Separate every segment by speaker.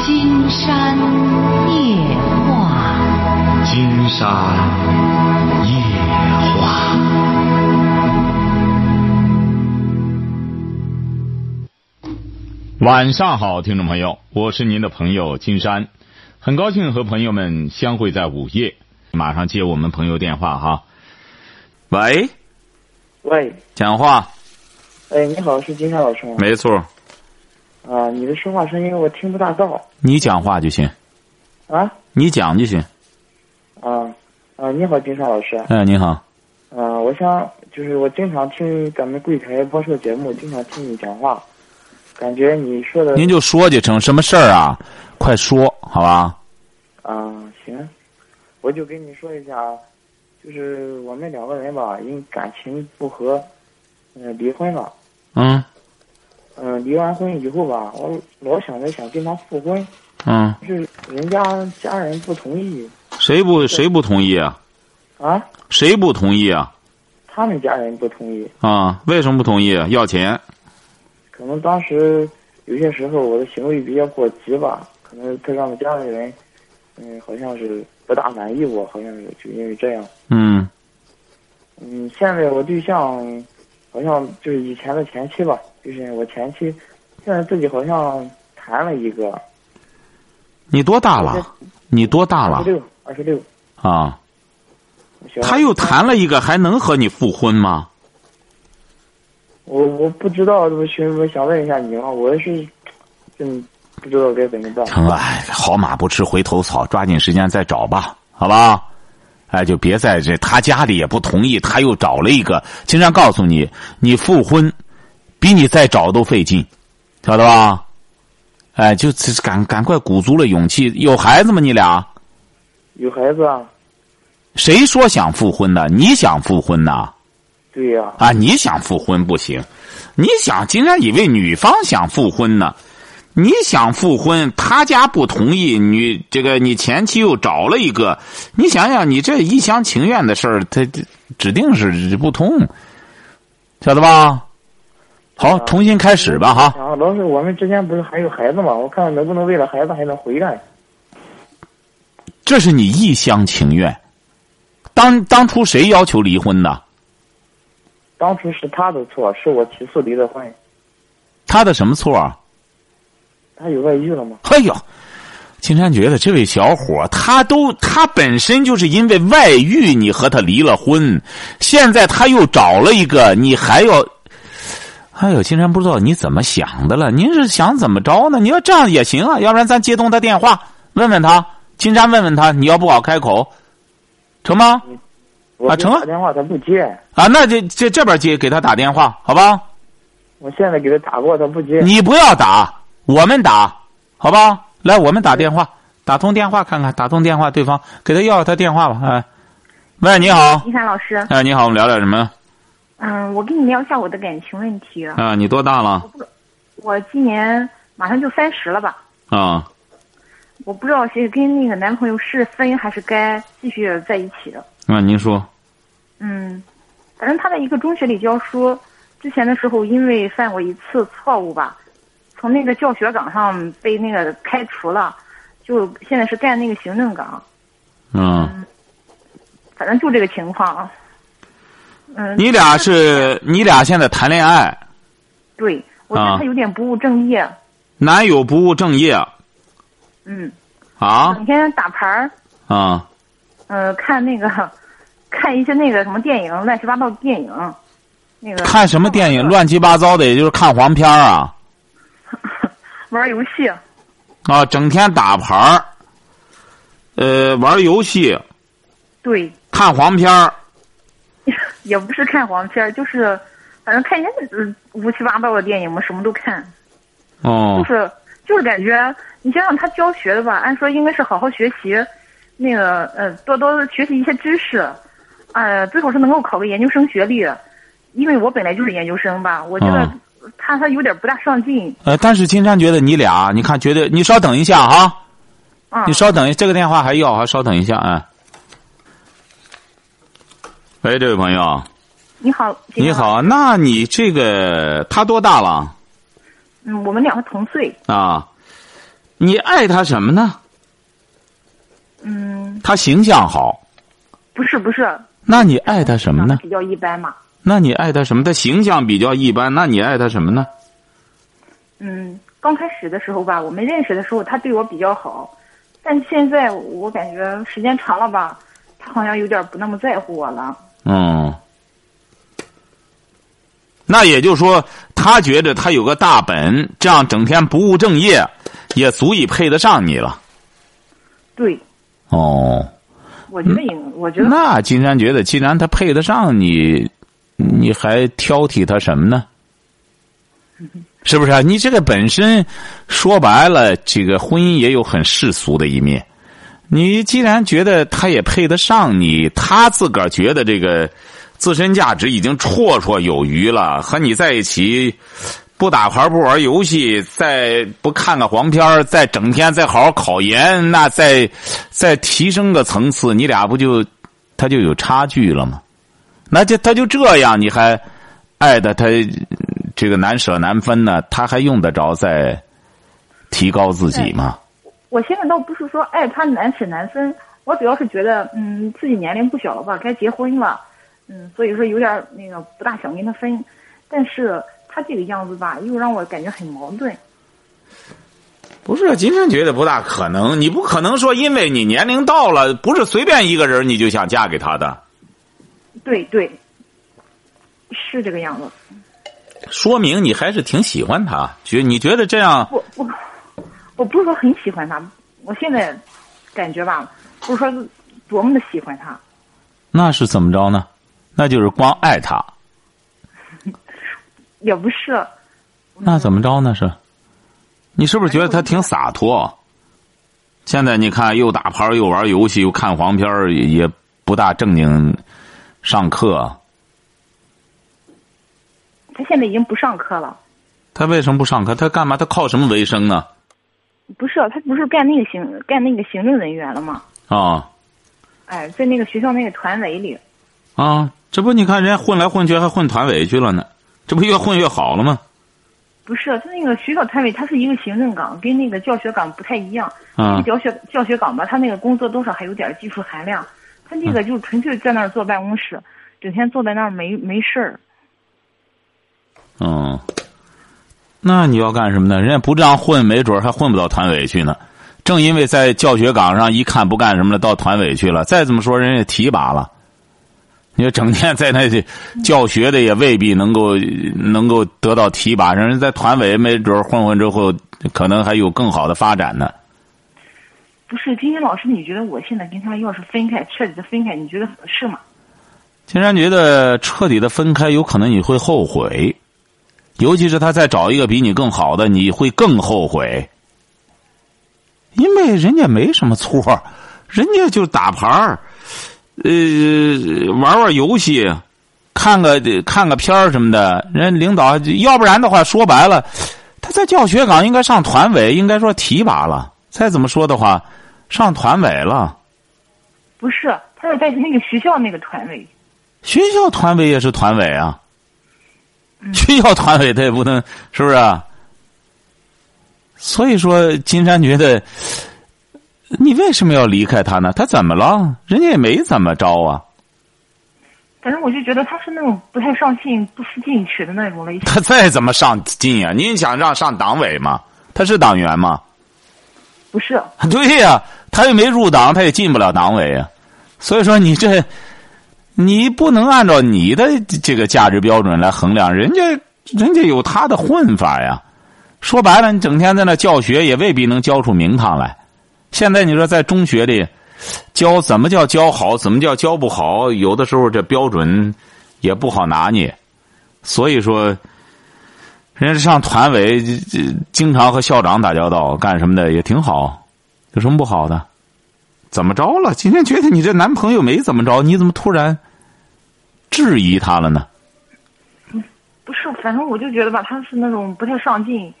Speaker 1: 金山夜话，
Speaker 2: 金山夜话。晚上好，听众朋友，我是您的朋友金山，很高兴和朋友们相会在午夜。马上接我们朋友电话哈。喂，
Speaker 3: 喂，
Speaker 2: 讲话，
Speaker 3: 哎，你好，是金山老师吗？
Speaker 2: 没错，
Speaker 3: 啊，你的说话声音我听不大到
Speaker 2: 你讲话就行，
Speaker 3: 啊
Speaker 2: 你讲就行。
Speaker 3: 啊啊！你好，金山老师，
Speaker 2: 哎，您好，
Speaker 3: 啊，我想就是我经常听咱们柜台播出的节目，经常听你讲话，感觉你说的
Speaker 2: 您就说就成，什么事儿啊？快说，好吧？
Speaker 3: 啊行，我就跟你说一下，就是我们两个人吧，因感情不和，嗯、离婚了。
Speaker 2: 嗯
Speaker 3: 嗯、离完婚以后吧，我老想着想跟他复婚，
Speaker 2: 嗯，
Speaker 3: 可是人家家人不同意
Speaker 2: 谁不谁不同意啊？
Speaker 3: 啊，
Speaker 2: 谁不同意啊？
Speaker 3: 他们家人不同意。
Speaker 2: 啊，为什么不同意啊？要钱？
Speaker 3: 可能当时有些时候我的行为比较过激吧，可能他让我家里人，嗯，好像是不大满意我，好像是就因为这样。
Speaker 2: 嗯
Speaker 3: 嗯，现在我对象好像就是以前的前妻吧，就是我前妻，现在自己好像谈了一个，，
Speaker 2: 你多大了？你多大
Speaker 3: 二
Speaker 2: 了
Speaker 3: 十？六，二十六。
Speaker 2: 啊，
Speaker 3: 小
Speaker 2: 他又谈了一个，还能和你复婚吗？
Speaker 3: 我我不知道，这不询问想问一下你吗？我是真不知道该怎么办。
Speaker 2: 成了，哎好马不吃回头草，抓紧时间再找吧，好吧？哎，就别在这，他家里也不同意，他又找了一个。经常告诉你，你复婚比你再找都费劲，晓得吧？哎，就只赶赶快鼓足了勇气。有孩子吗？你俩？
Speaker 3: 有孩子啊？
Speaker 2: 谁说想复婚的？你想复婚呐？
Speaker 3: 对呀、
Speaker 2: 啊，你想复婚不行，你想竟然以为女方想复婚呢？你想复婚，他家不同意，你这个你前妻又找了一个，你想想，你这一厢情愿的事儿，他这指定是不通，晓得吧？好，重新开始吧，哈。
Speaker 3: 啊，老师，我们之间不是还有孩子吗？我看看能不能为了孩子还能回来。
Speaker 2: 这是你一厢情愿。当当初谁要求离婚的？
Speaker 3: 当初是他的错，是我起诉离的婚。
Speaker 2: 他的什么错啊？
Speaker 3: 他有外遇了吗？
Speaker 2: 哎呦，金山觉得这位小伙儿他都他本身就是因为外遇，你和他离了婚，现在他又找了一个，你还要。哎呦，金山不知道你怎么想的了，您是想怎么着呢？你要这样也行啊，要不然咱接通他电话，问问他，金山问问他，你要不好开口，成吗？
Speaker 3: 我
Speaker 2: 啊
Speaker 3: 给
Speaker 2: 成
Speaker 3: 他
Speaker 2: 啊
Speaker 3: 打电话他不接，
Speaker 2: 啊，那这这这边接给他打电话，好吧？
Speaker 3: 我现在给他打过他不接。
Speaker 2: 你不要打，我们打，好吧？来，我们打电话，打通电话看看，打通电话，对方给他要他电话吧。哎，喂，你好，
Speaker 4: 金山老师，
Speaker 2: 哎，你好，我们聊点什么？
Speaker 4: 嗯，我跟你聊一下我的感情问题。
Speaker 2: 啊，你多大了？
Speaker 4: 我今年马上就三十了吧，
Speaker 2: 啊，
Speaker 4: 我不知道是跟那个男朋友是分还是该继续在一起的。
Speaker 2: 那、啊您说，
Speaker 4: 嗯，反正他在一个中学里教书，之前的时候因为犯过一次错误吧，从那个教学岗上被那个开除了，就现在是干那个行政岗，
Speaker 2: 嗯，
Speaker 4: 反正就这个情况。啊嗯，
Speaker 2: 你俩是你俩现在谈恋爱，
Speaker 4: 对我觉
Speaker 2: 啊
Speaker 4: 得他有点不务正业，
Speaker 2: 男友不务正业
Speaker 4: 嗯，
Speaker 2: 啊
Speaker 4: 整天打牌儿。
Speaker 2: 啊
Speaker 4: 呃，看那个，看一些那个什么电影，乱七八糟的电影，那个
Speaker 2: 看什么电影？乱七八糟的，也就是看黄片儿啊
Speaker 4: 玩游戏，
Speaker 2: 啊，整天打牌儿，呃，玩游戏，
Speaker 4: 对，
Speaker 2: 看黄片儿，
Speaker 4: 也不是看黄片儿，就是反正看一些呃乌七八糟的电影嘛，什么都看，
Speaker 2: 哦，
Speaker 4: 就是就是感觉你想想他教学的吧，按说应该是好好学习，那个呃多多学习一些知识，呃最好是能够考个研究生学历，因为我本来就是研究生吧，我觉得
Speaker 2: 嗯
Speaker 4: 他、他有点不大上进，
Speaker 2: 呃，但是金山觉得你俩，你看，觉得你稍等一下哈，
Speaker 4: 啊、
Speaker 2: 你稍等一，这个电话还要哈，稍等一下啊。喂，这位朋友，
Speaker 4: 你好，金
Speaker 2: 你
Speaker 4: 山老师
Speaker 2: 好，那你这个他多大了
Speaker 4: 嗯，我们两个同岁，
Speaker 2: 啊？你爱他什么呢？
Speaker 4: 嗯，
Speaker 2: 他形象好，
Speaker 4: 不是不是，
Speaker 2: 那你爱他什么呢？
Speaker 4: 比较一般嘛。
Speaker 2: 那你爱他什么？他形象比较一般，那你爱他什么呢？
Speaker 4: 嗯，刚开始的时候吧，我们认识的时候他对我比较好，但现在我感觉时间长了吧，他好像有点不那么在乎我了。
Speaker 2: 嗯，那也就是说，他觉得他有个大本，这样整天不务正业，也足以配得上你了。
Speaker 4: 对，
Speaker 2: 哦，
Speaker 4: 我觉得也，我觉得
Speaker 2: 那金山觉得，既然他配得上你，你还挑剔他什么呢？是不是、啊？你这个本身说白了，这个婚姻也有很世俗的一面。你既然觉得他也配得上你，他自个儿觉得这个自身价值已经绰绰有余了，和你在一起不打牌不玩游戏，再不看个黄片儿再整天再好好考研，那再再提升个层次，你俩不就他就有差距了吗？那就他就这样，你还爱的他这个难舍难分呢，他还用得着再提高自己吗？
Speaker 4: 我现在倒不是说爱他难舍难分，我主要是觉得，嗯，自己年龄不小了吧，该结婚了，嗯，所以说有点那个不大想跟他分，但是他这个样子吧，又让我感觉很矛盾。
Speaker 2: 不是，金山觉得不大可能。你不可能说，因为你年龄到了，不是随便一个人你就想嫁给他的。
Speaker 4: 对对，是这个样子。
Speaker 2: 说明你还是挺喜欢他，觉你觉得这样
Speaker 4: 我我我不是说很喜欢他，我现在感觉吧，不是说多么的喜欢他，
Speaker 2: 那是怎么着呢？那就是光爱他，
Speaker 4: 也不是。
Speaker 2: 那怎么着呢？是，你是不是觉得他挺洒脱？现在你看，又打牌儿，又玩游戏，又看黄片儿也也不大正经上课。
Speaker 4: 他现在已经不上课了，
Speaker 2: 他为什么不上课？他干嘛？他靠什么为生呢？
Speaker 4: 不是他不是干那个行干那个行政人员了吗？
Speaker 2: 啊、
Speaker 4: 哎，在那个学校那个团委里，
Speaker 2: 啊，这不你看人家混来混去还混团委去了呢，这不越混越好了吗？
Speaker 4: 不是他那个学校团委，它是一个行政岗，跟那个教学岗不太一样。
Speaker 2: 啊
Speaker 4: 这个教学教学岗吧，他那个工作多少还有点技术含量，他这个就纯粹在那儿坐办公室，整天坐在那儿没没事儿。
Speaker 2: 嗯，那你要干什么呢？人家不这样混，没准儿还混不到团委去呢。正因为在教学岗上一看不干什么了，到团委去了。再怎么说，人家提拔了。你说整天在那里教学的也未必能够能够得到提拔，人家在团委没准儿混混之后，可能还有更好的发展呢。
Speaker 4: 不是金星老师，你觉得我现在跟他要是分开，彻底的分开，你觉得合适吗？
Speaker 2: 金山觉得彻底的分开，有可能你会后悔，尤其是他再找一个比你更好的，你会更后悔，因为人家没什么错儿，人家就打牌儿，呃，玩玩游戏，看个看个片儿什么的，人家领导要不然的话，说白了，他在教学岗应该上团委，应该说提拔了，再怎么说的话，上团委了，
Speaker 4: 不是，他是在那个学校那个团委。
Speaker 2: 学校团委也是团委啊，
Speaker 4: 嗯
Speaker 2: 学校团委他也不能是不是、啊？所以说，金山觉得你为什么要离开他呢？他怎么了？人家也没怎么着啊，
Speaker 4: 反正我就觉得他是那种不太上进、不思进取的那种类型。
Speaker 2: 他再怎么上进啊，您想让上党委吗？他是党员吗？
Speaker 4: 不是，
Speaker 2: 对呀、他又没入党，他也进不了党委啊。所以说，你这你不能按照你的这个价值标准来衡量人家，人家有他的混法呀。说白了，你整天在那教学，也未必能教出名堂来。现在你说在中学里教怎么叫教好，怎么叫教不好，有的时候这标准也不好拿捏。所以说，人家上团委，这这经常和校长打交道，干什么的也挺好，有什么不好的？怎么着了？今天觉得你这男朋友没怎么着，你怎么突然质疑他了呢？
Speaker 4: 不是，反正我就觉得吧，他是那种不太上进，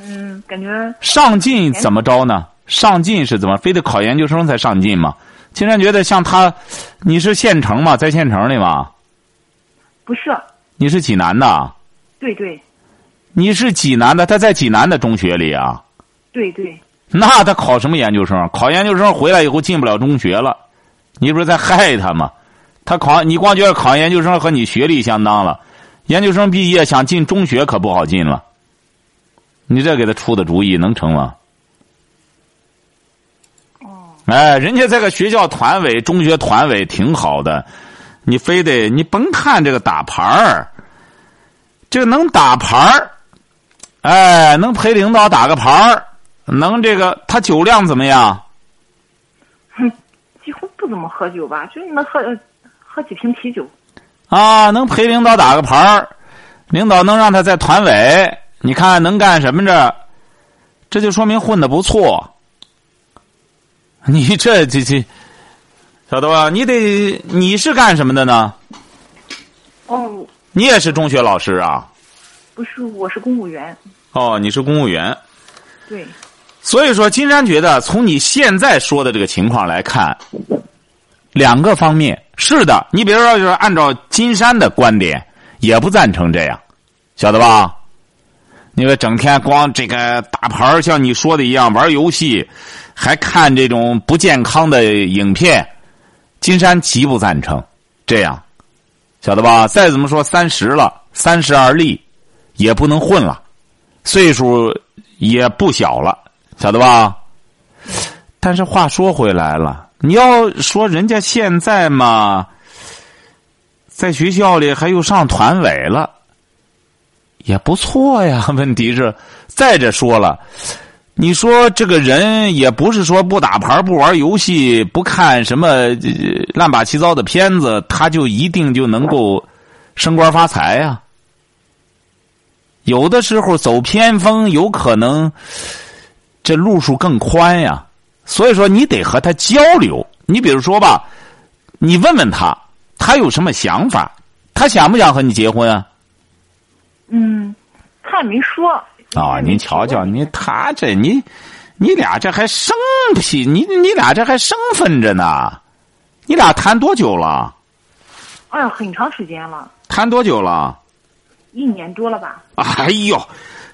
Speaker 4: 嗯，感觉
Speaker 2: 上进怎么着呢？上进是怎么？非得考研究生才上进吗？竟然觉得像他，你是县城嘛，在县城里嘛？
Speaker 4: 不是，
Speaker 2: 你是济南的？
Speaker 4: 对对
Speaker 2: 你是济南的？他在济南的中学里啊？
Speaker 4: 对对，
Speaker 2: 那他考什么研究生？考研究生回来以后进不了中学了，你不是在害他吗？他考你光觉得考研究生和你学历相当了，研究生毕业想进中学可不好进了。你这给他出的主意能成吗？哎，人家这个学校团委、中学团委挺好的，你非得你甭看这个打牌儿，这个能打牌儿，哎，能陪领导打个牌儿，能这个他酒量怎么样？
Speaker 4: 几乎不怎么喝酒吧，就那喝喝几瓶啤酒。
Speaker 2: 啊，能陪领导打个牌儿，领导能让他在团委，你看看能干什么这？这就说明混的不错。你这这这，小豆啊，你得你是干什么的呢？
Speaker 4: 哦，
Speaker 2: 你也是中学老师啊？
Speaker 4: 不是，我是公务员。
Speaker 2: 哦，你是公务员。
Speaker 4: 对，
Speaker 2: 所以说，金山觉得从你现在说的这个情况来看，两个方面是的，你比如说，就是按照金山的观点，也不赞成这样，晓得吧？你说整天光这个打牌儿，像你说的一样玩游戏，还看这种不健康的影片，金山极不赞成这样，晓得吧？再怎么说三十了，三十而立，也不能混了，岁数也不小了，晓得吧？但是话说回来了，你要说人家现在嘛，在学校里还又上团委了，也不错呀。 问题是，再者说了，你说这个人也不是说不打牌、不玩游戏、不看什么呃乱八七糟的片子，他就一定就能够升官发财呀、有的时候走偏锋，有可能这路数更宽呀。所以说，你得和他交流。你比如说吧，你问问他，他有什么想法？他想不想和你结婚啊？
Speaker 4: 嗯，他也没说。
Speaker 2: 啊、
Speaker 4: 也没
Speaker 2: 您瞧瞧，你他这你，你俩这还生僻，你你俩这还生分着呢。你俩谈多久了？
Speaker 4: 哎呀，很长时间了，
Speaker 2: 谈多久了？
Speaker 4: 一年多了吧？
Speaker 2: 哎呦，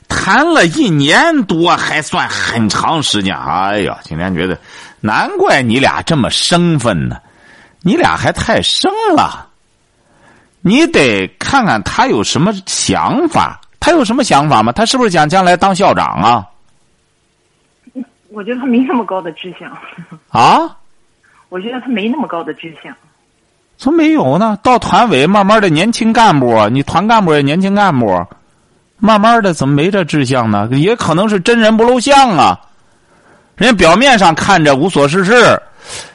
Speaker 2: 谈了一年多，还算很长时间。哎呀，今天觉得，难怪你俩这么生分呢，你俩还太生了。你得看看他有什么想法，他有什么想法吗？他是不是想将来当校长啊？
Speaker 4: 我觉得他没那么高的志向，
Speaker 2: 啊，
Speaker 4: 我觉得他没那么高的志向。
Speaker 2: 怎么没有呢？到团委，慢慢的年轻干部啊，你团干部也年轻干部，啊慢慢的怎么没这志向呢？也可能是真人不露相啊。人家表面上看着无所事事，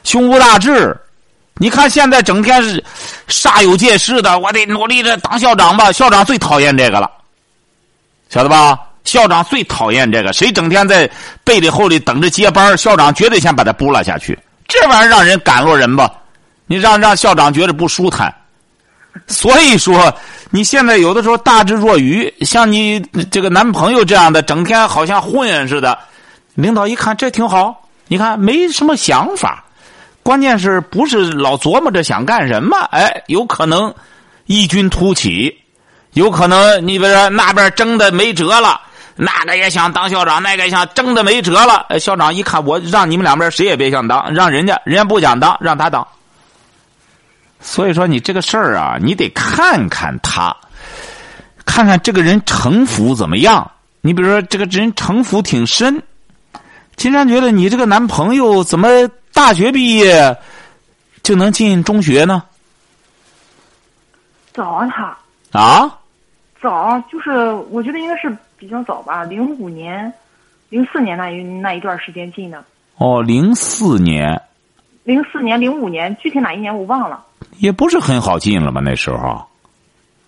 Speaker 2: 胸无大志，你看现在整天是煞有介事的，我得努力着当校长吧。校长最讨厌这个了，晓得吧？校长最讨厌这个，谁整天在背里后里等着接班儿，校长绝对先把他拨拉下去。这玩意儿让人赶落人吧。你让让校长觉得不舒坦。所以说，你现在有的时候大智若愚，像你这个男朋友这样的，整天好像混似的。领导一看这挺好，你看没什么想法，关键是不是老琢磨着想干什么？哎，有可能异军突起，有可能你比如说那边争的没辙了，那个也想当校长，那个也想争的没辙了。哎校长一看，我让你们两边谁也别想当，让人家人家不想当，让他当。所以说，你这个事儿啊，你得看看他，看看这个人城府怎么样。你比如说，这个人城府挺深，金山觉得你这个男朋友怎么大学毕业就能进中学呢？
Speaker 4: 早啊，他
Speaker 2: 啊，
Speaker 4: 早，啊就是我觉得应该是比较早吧，零五年、零四年那一那一段时间进的，
Speaker 2: 哦，零四年
Speaker 4: 零四年、零五年，具体哪一年我忘了，
Speaker 2: 也不是很好进了吧？那时候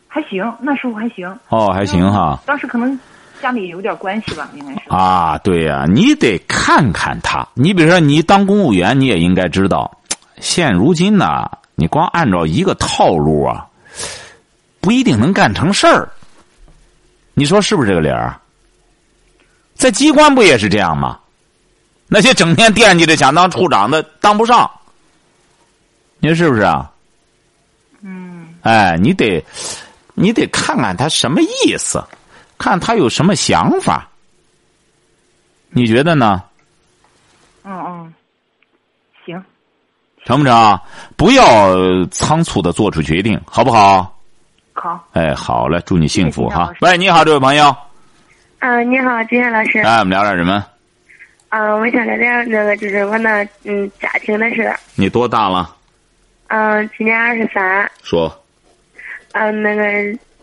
Speaker 4: 还行，那时候还行，
Speaker 2: 哦，还行哈。
Speaker 4: 当时可能家里有点关系吧，应该是。
Speaker 2: 啊，对呀、你得看看他。你比如说，你当公务员，你也应该知道，现如今呢，你光按照一个套路啊，不一定能干成事儿。你说是不是这个理儿？啊在机关不也是这样吗？那些整天惦记着想当处长的，当不上。你说是不是啊？嗯。哎，你得，你得看看他什么意思，看他有什么想法。你觉得呢？
Speaker 4: 嗯嗯，行，
Speaker 2: 成不成？不要呃仓促的做出决定，好不好？
Speaker 4: 好，
Speaker 2: 哎，好嘞，祝你幸福
Speaker 4: 谢谢
Speaker 2: 哈
Speaker 4: 老师！
Speaker 2: 喂，你好，这位朋友，
Speaker 5: 嗯，你好，金山老师。
Speaker 2: 哎，我们聊点什么？
Speaker 5: 嗯，我想聊聊那个，就是我那嗯家庭的事。
Speaker 2: 你多大了？
Speaker 5: 嗯，今年二十三。
Speaker 2: 说。
Speaker 5: 嗯，那个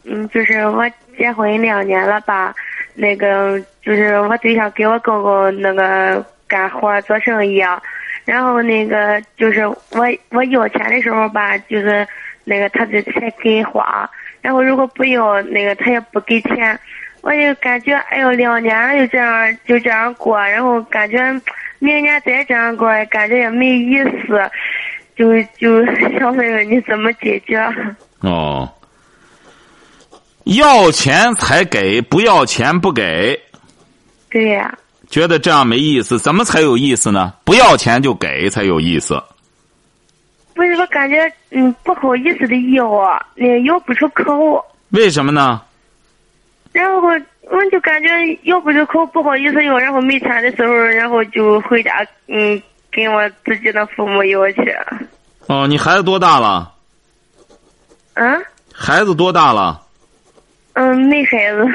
Speaker 5: 嗯，就是我结婚两年了吧，那个就是我对象给我公公那个干活做生意啊，然后那个就是我我要钱的时候吧，就是那个他就才给花，然后如果不要那个他也不给钱，我就感觉哎呦两年了就这样就这样过，然后感觉明年再这样过感觉也没意思，就就 想问问你怎么解决？啊
Speaker 2: 哦，要钱才给，不要钱不给，
Speaker 5: 对呀、
Speaker 2: 觉得这样没意思，怎么才有意思呢？不要钱就给才有意思。
Speaker 5: 不是，我感觉嗯不好意思的要啊，那要不出口，
Speaker 2: 为什么呢？
Speaker 5: 然后我就感觉要不出口不好意思要，然后没钱的时候，然后就回家嗯跟我自己的父母要去。
Speaker 2: 哦，你孩子多大了？
Speaker 5: 嗯
Speaker 2: 孩子多大了？
Speaker 5: 嗯，没孩子。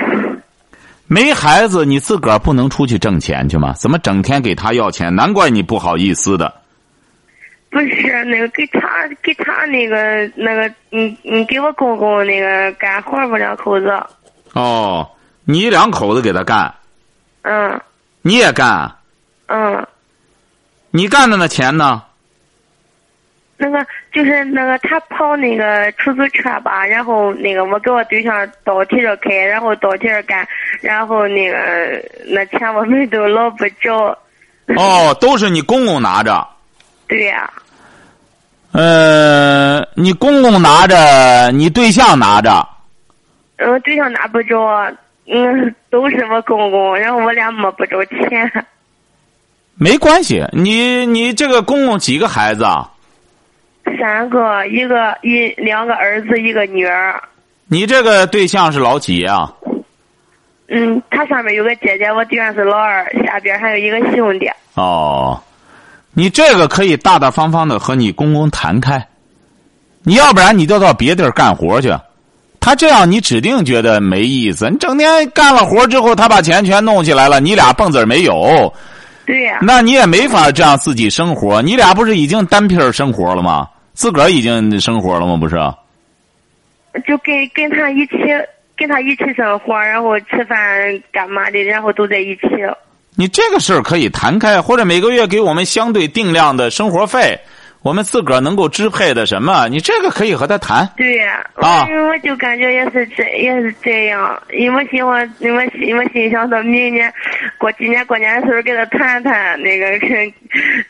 Speaker 2: 没孩子，你自个儿不能出去挣钱去吗？怎么整天给他要钱？难怪你不好意思的。
Speaker 5: 不是那个给他给他那个那个嗯嗯给我公公那个干活儿吧两口子，
Speaker 2: 哦，你两口子给他干，
Speaker 5: 嗯
Speaker 2: 你也干，
Speaker 5: 嗯，
Speaker 2: 你干的那钱呢？
Speaker 5: 那个就是那个他跑那个出租车吧，然后那个我给我对象倒贴着开，然后倒贴着干，然后那个那钱我们都捞不着。
Speaker 2: 哦，都是你公公拿着。
Speaker 5: 对呀、
Speaker 2: 呃，你公公拿着，你对象拿着，
Speaker 5: 嗯，我对象拿不着，嗯，都是我公公，然后我俩摸不着钱。
Speaker 2: 没关系。你你这个公公几个孩子啊？
Speaker 5: 三个，一个一两个儿子，一个女儿。
Speaker 2: 你这个对象是老几啊？
Speaker 5: 嗯，他上面有个姐姐，我对象是老二，下边还有一个兄弟。
Speaker 2: 哦，你这个可以大大方方的和你公公谈开，你要不然你就到别地儿干活去。他这样，你指定觉得没意思。你整天干了活之后，他把钱全弄起来了，你俩蹦子儿没有，
Speaker 5: 对
Speaker 6: 啊
Speaker 5: 呀、
Speaker 2: 那你也没法这样自己生活。你俩不是已经单片生活了吗？自个儿已经生活了吗？不是？
Speaker 5: 就跟跟他一起跟他一起生活，然后吃饭干嘛的，然后都在一起。
Speaker 2: 你这个事儿可以谈开，或者每个月给我们相对定量的生活费，我们自个儿能够支配的什么，你这个可以和他谈。
Speaker 5: 对呀、
Speaker 2: 啊
Speaker 5: 我我就感觉也是这也是这样，因为我心我我心我心想到明年过今年过年的时候跟他谈谈那个 跟。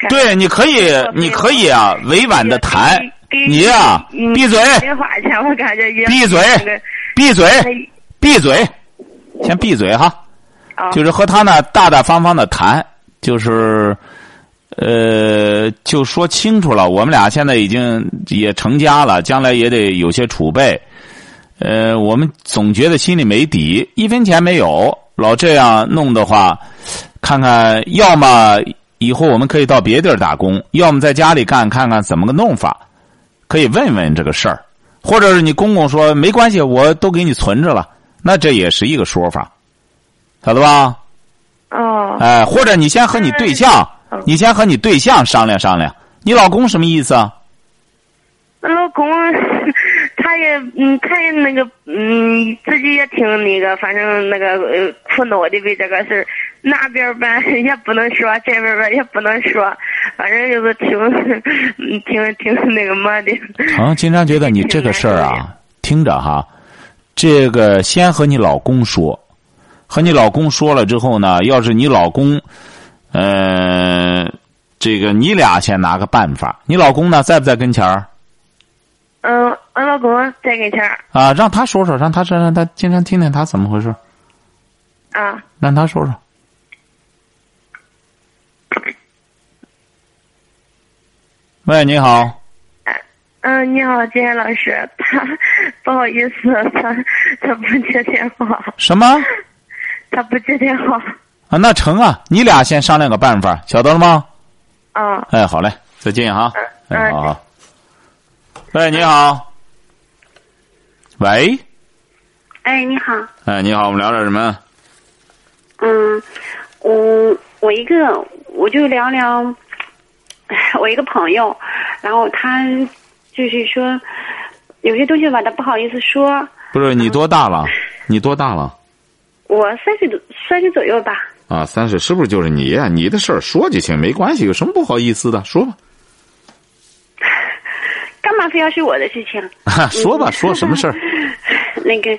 Speaker 5: 看
Speaker 2: 对，你可以
Speaker 5: 我，
Speaker 2: 你可以啊，委婉的谈
Speaker 5: 给。给
Speaker 2: 你呀、
Speaker 5: 嗯
Speaker 2: 闭嘴，
Speaker 5: 零花钱我感觉也
Speaker 2: 闭嘴
Speaker 5: 那个
Speaker 2: 闭
Speaker 5: 那
Speaker 2: 嘴，闭嘴，先闭嘴哈。
Speaker 5: 啊
Speaker 2: 就是和他呢大大方方的谈，就是，呃，就说清楚了。我们俩现在已经也成家了，将来也得有些储备。呃，我们总觉得心里没底，一分钱没有，老这样弄的话，看看，要么以后我们可以到别地儿打工，要么在家里干，看看怎么个弄法，可以问问这个事儿，或者是你公公说没关系，我都给你存着了，那这也是一个说法，晓得吧？
Speaker 5: 哦
Speaker 2: 哎、或者你先和你对象，
Speaker 5: 嗯
Speaker 2: 你先和你对象商量商量，你老公什么意思啊？
Speaker 5: 我老公，他也嗯，他也那个嗯，自己也挺那个，反正那个呃苦恼的为这个事儿。那边儿吧也不能说，这边儿吧也不能说，反正就是挺 嗯挺挺那个嘛的。
Speaker 2: 啊，金山觉得你这个事儿啊，听着哈，这个先和你老公说，和你老公说了之后呢，要是你老公，呃，这个你俩先拿个办法，你老公呢在不在跟前儿
Speaker 5: 嗯，我老公在跟前儿
Speaker 2: 啊？让他说说，让他说，让他金山听听他怎么回事，
Speaker 5: 啊，
Speaker 2: 让他说说。喂，你好。
Speaker 5: 嗯，你好，金山老师，他不好意思，他他不接电话，
Speaker 2: 什么？
Speaker 5: 他不接电话。
Speaker 2: 啊，那成啊，你俩先商量个办法，晓得了吗？
Speaker 7: 嗯
Speaker 2: 哎，好嘞，再见哈。
Speaker 7: 嗯
Speaker 2: 哎，好啊。喂，你好。喂，
Speaker 7: 哎，你好，
Speaker 2: 哎，你好，我们聊点什么？
Speaker 7: 嗯，我我一个我就聊聊， 我一个朋友，然后他就是说有些东西吧，他不好意思说。
Speaker 2: 不是你多大了？你多大了？
Speaker 7: 我三十多三十左右吧，
Speaker 2: 啊，三十是不是就是你呀、你的事儿说就行，没关系，有什么不好意思的？说吧，
Speaker 7: 干嘛非要是我的事情？ 嗯
Speaker 2: 说吧，说什么事儿？
Speaker 7: 那个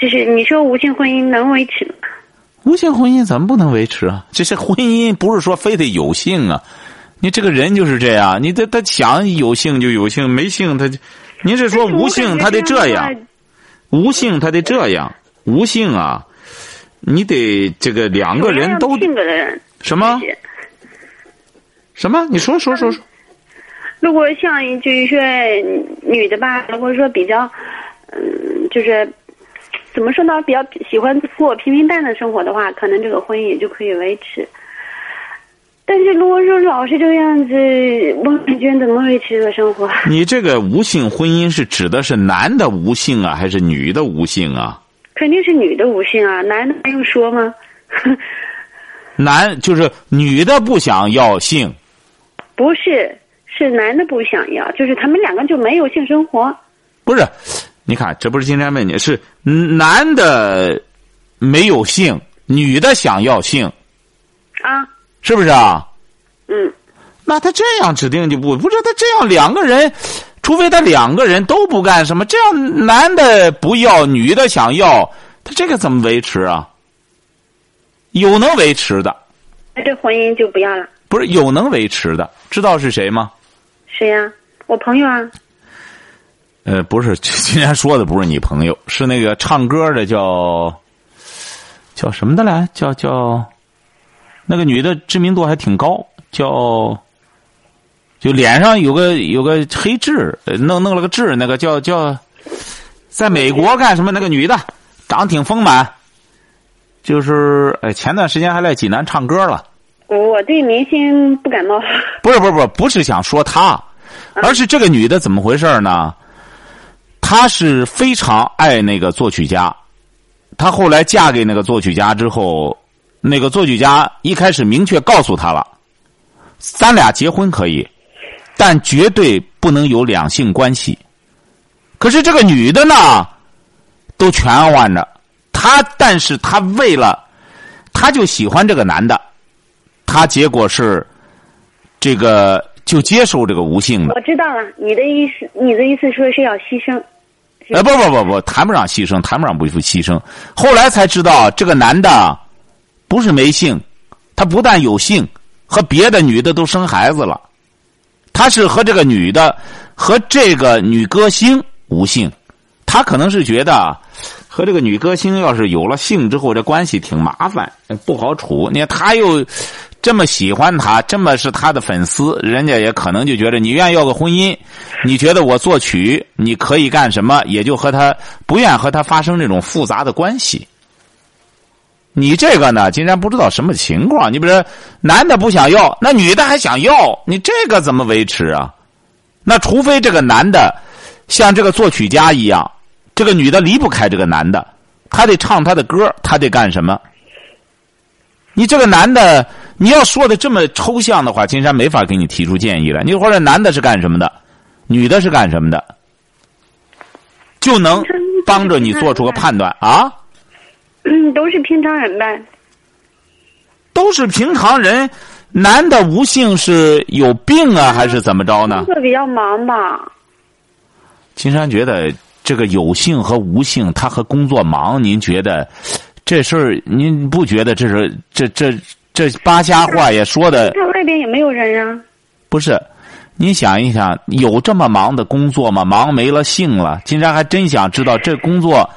Speaker 7: 就是你说无性婚姻能维持吗？
Speaker 2: 无性婚姻咱们不能维持啊，这是婚姻，不是说非得有性啊。你这个人就是这样，你得他想有性就有性，没性他就，您是说无性他得这样，无性他得这样，无性啊，你得这个两个人都
Speaker 7: 同样性格的人，
Speaker 2: 什么
Speaker 7: 就是
Speaker 2: 什么？你说说说说，
Speaker 7: 如果像就是说女的吧，如果说比较，嗯，就是怎么说呢，比较喜欢过平平淡淡的生活的话，可能这个婚姻也就可以维持。但是如果说老是这个样子，我感觉怎么维持这个生活？
Speaker 2: 你这个无性婚姻是指的是男的无性啊，还是女的无性啊？
Speaker 7: 肯定是女的无性啊，男的还用说吗？
Speaker 2: 男就是女的不想要性，
Speaker 7: 不是，是男的不想要，就是他们两个就没有性生活。
Speaker 2: 不是，你看，这不是金山问你，是男的没有性，女的想要性，
Speaker 7: 啊，
Speaker 2: 是不是啊？
Speaker 7: 嗯，
Speaker 2: 那他这样指定就不不是他这样两个人，除非他两个人都不干什么，这样男的不要，女的想要，他这个怎么维持啊？有能维持的，
Speaker 7: 那这婚姻就不要了。
Speaker 2: 不是有能维持的，知道是谁吗？
Speaker 7: 谁呀、我朋友啊。
Speaker 2: 呃，不是， 今天说的不是你朋友，是那个唱歌的叫叫什么的来？叫叫那个女的知名度还挺高，叫就脸上有个有个黑痣，呃弄弄了个痣，那个叫叫在美国干什么？那个女的长得挺丰满，就是哎，前段时间还来济南唱歌了。
Speaker 7: 我对明星不感冒。
Speaker 2: 不是不是不是不是想说她，而是这个女的怎么回事呢？她是非常爱那个作曲家，她后来嫁给那个作曲家之后，那个作曲家一开始明确告诉她了，咱俩结婚可以，但绝对不能有两性关系。可是这个女的呢，都全玩着，她但是她为了，她就喜欢这个男的，她结果是。这个就接受这个无性的。
Speaker 7: 我知道了，你的意思，你的意思说是要牺 牲。
Speaker 2: 呃，不不不不，谈不上牺牲，谈不上不牺牲。后来才知道，这个男的不是没性，他不但有性，和别的女的都生孩子了。他是和这个女的，和这个女歌星无性。他可能是觉得，和这个女歌星要是有了性之后，这关系挺麻烦，呃不好处。你看他又这么喜欢她，这么是她的粉丝，人家也可能就觉得你愿意要个婚姻，你觉得我作曲，你可以干什么，也就和他不愿和他发生这种复杂的关系。你这个呢，竟然不知道什么情况。你比如说，男的不想要，那女的还想要，你这个怎么维持啊？那除非这个男的像这个作曲家一样，这个女的离不开这个男的，他得唱他的歌，他得干什么？你这个男的，你要说的这么抽象的话，金山没法给你提出建议来。你或者男的是干什么的，女的是干什么的，就能帮着你做出个判断啊。
Speaker 7: 嗯，都是平常人呗。
Speaker 2: 都是平常人，男的无性是有病啊，还是怎么着呢
Speaker 7: 工？作比较忙吧。
Speaker 2: 金山觉得这个有性和无性，他和工作忙，您觉得这事儿您不觉得这是这这这八家话也说的
Speaker 7: 在外边也没有人啊。
Speaker 2: 不是？您想一想，有这么忙的工作吗？忙没了性了，金山还真想知道这工作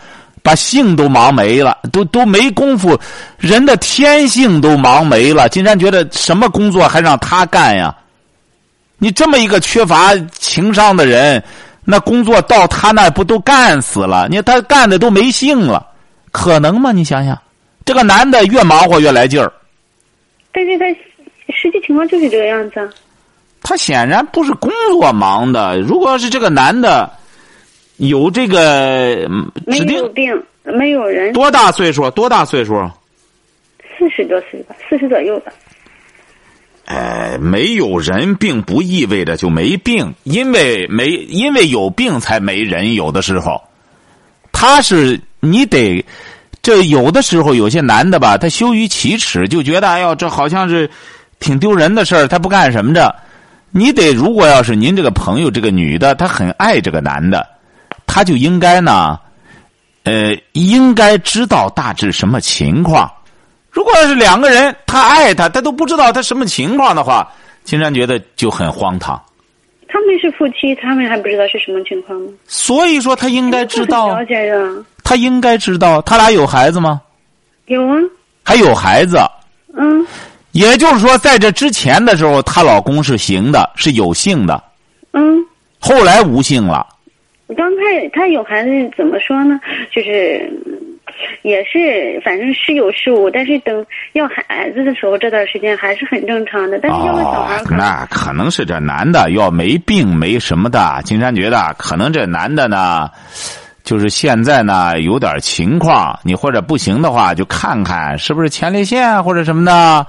Speaker 2: 把性都忙没了，都都没工夫，人的天性都忙没了。金山觉得什么工作还让他干呀？你这么一个缺乏情商的人，那工作到他那不都干死了？你看他干的都没性了，可能吗？你想想，这个男的越忙活越来劲儿，
Speaker 7: 但是他
Speaker 5: 实际情况就是这个样子啊。
Speaker 2: 他显然不是工作忙的。如果要是这个男的有这个嗯
Speaker 5: 没
Speaker 2: 指
Speaker 5: 有
Speaker 2: 定
Speaker 5: 病，没有人，
Speaker 2: 多大岁数？多大岁数？
Speaker 5: 四十多岁吧，四十左右吧。
Speaker 2: 哎，没有人并不意味着就没病，因为没因为有病才没人。有的时候，他是你得这有的时候有些男的吧，他羞于启齿，就觉得哎呦这好像是挺丢人的事儿，他不干什么着。你得如果要是您这个朋友这个女的，她很爱这个男的，她就应该呢，呃，应该知道大致什么情况。如果要是两个人，他爱他，他都不知道他什么情况的话，金山觉得就很荒唐。
Speaker 5: 他们是夫妻，他们还不知道是什么情况吗？
Speaker 2: 所以说，他应该知道
Speaker 5: 很了，解的。
Speaker 2: 他应该知道，他俩有孩子吗？
Speaker 5: 啊有啊，
Speaker 2: 还有孩子，
Speaker 5: 嗯，
Speaker 2: 也就是说，在这之前的时候，她老公是行的，是有性的，
Speaker 5: 嗯，
Speaker 2: 后来无性了。
Speaker 5: 刚开始他有孩子怎么说呢？就是嗯也是反正是有是无，但是等要孩子的时候，这段时间还是很正常的。但是要了小孩儿
Speaker 2: 哦，
Speaker 5: 可能、
Speaker 2: 那可能是这男的要没病没什么的，金山觉得可能这男的呢，就是现在呢有点情况，你或者不行的话，就看看是不是前列腺或者什么的。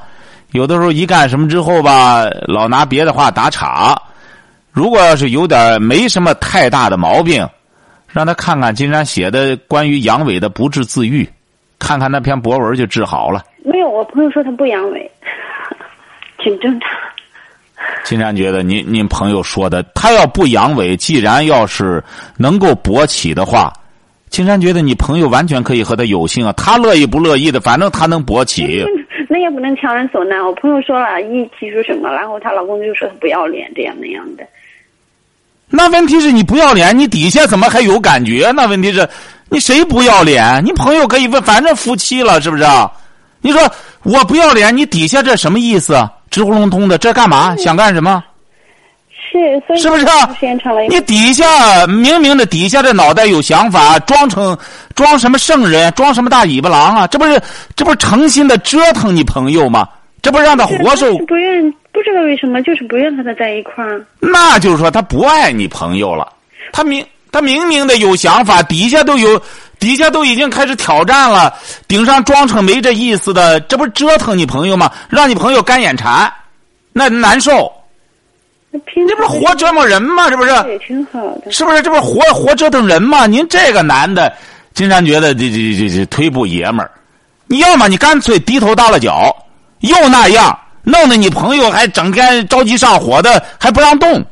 Speaker 2: 有的时候一干什么之后吧，老拿别的话打岔。如果要是有点没什么太大的毛病，让他看看金山写的关于阳痿的不治自愈，看看那篇博文就治好了。
Speaker 5: 没有。我朋友说他不阳痿， 挺正常。
Speaker 2: 金山觉得您您朋友说的，他要不阳痿，既然要是能够勃起的话，金山觉得你朋友完全可以和他有幸啊，他乐意不乐意的，反正他能勃起。
Speaker 5: 那也不能强人所难。我朋友说了一提出什么，然后她老公就说她不要脸，这样那样的。
Speaker 2: 那问题是你不要脸，你底下怎么还有感觉？那问题是，你谁不要脸？你朋友可以问，反正夫妻了，是不是啊？你说我不要脸，你底下这什么意思？啊直呼隆咚的，这干嘛？想干什么？
Speaker 5: 是，所以
Speaker 2: 是不是啊
Speaker 5: 时间长了以后
Speaker 2: 你底下明明的底下这脑袋有想法，装成装什么圣人，装什么大尾巴狼啊？这不是这不是诚心的折腾你朋友吗？这不是让他活受
Speaker 5: 就是？不愿，不知道为什么，就是不愿和他在一块儿。
Speaker 2: 那就是说他不爱你朋友了。他明他明明的有想法，底下都有底下都已经开始挑战了，顶上装成没这意思的，这不是折腾你朋友吗？让你朋友干眼馋，那难受。
Speaker 5: 那平
Speaker 2: 这
Speaker 5: 时
Speaker 2: 不是活折磨人吗？这不是？
Speaker 5: 也挺好的。
Speaker 2: 是不是？这不是活活折腾人吗？您这个男的，金山觉得这这这这忒不爷们儿。你要么你干脆低头耷拉脚，又那样，弄得你朋友还整天着急上火的，还不让动，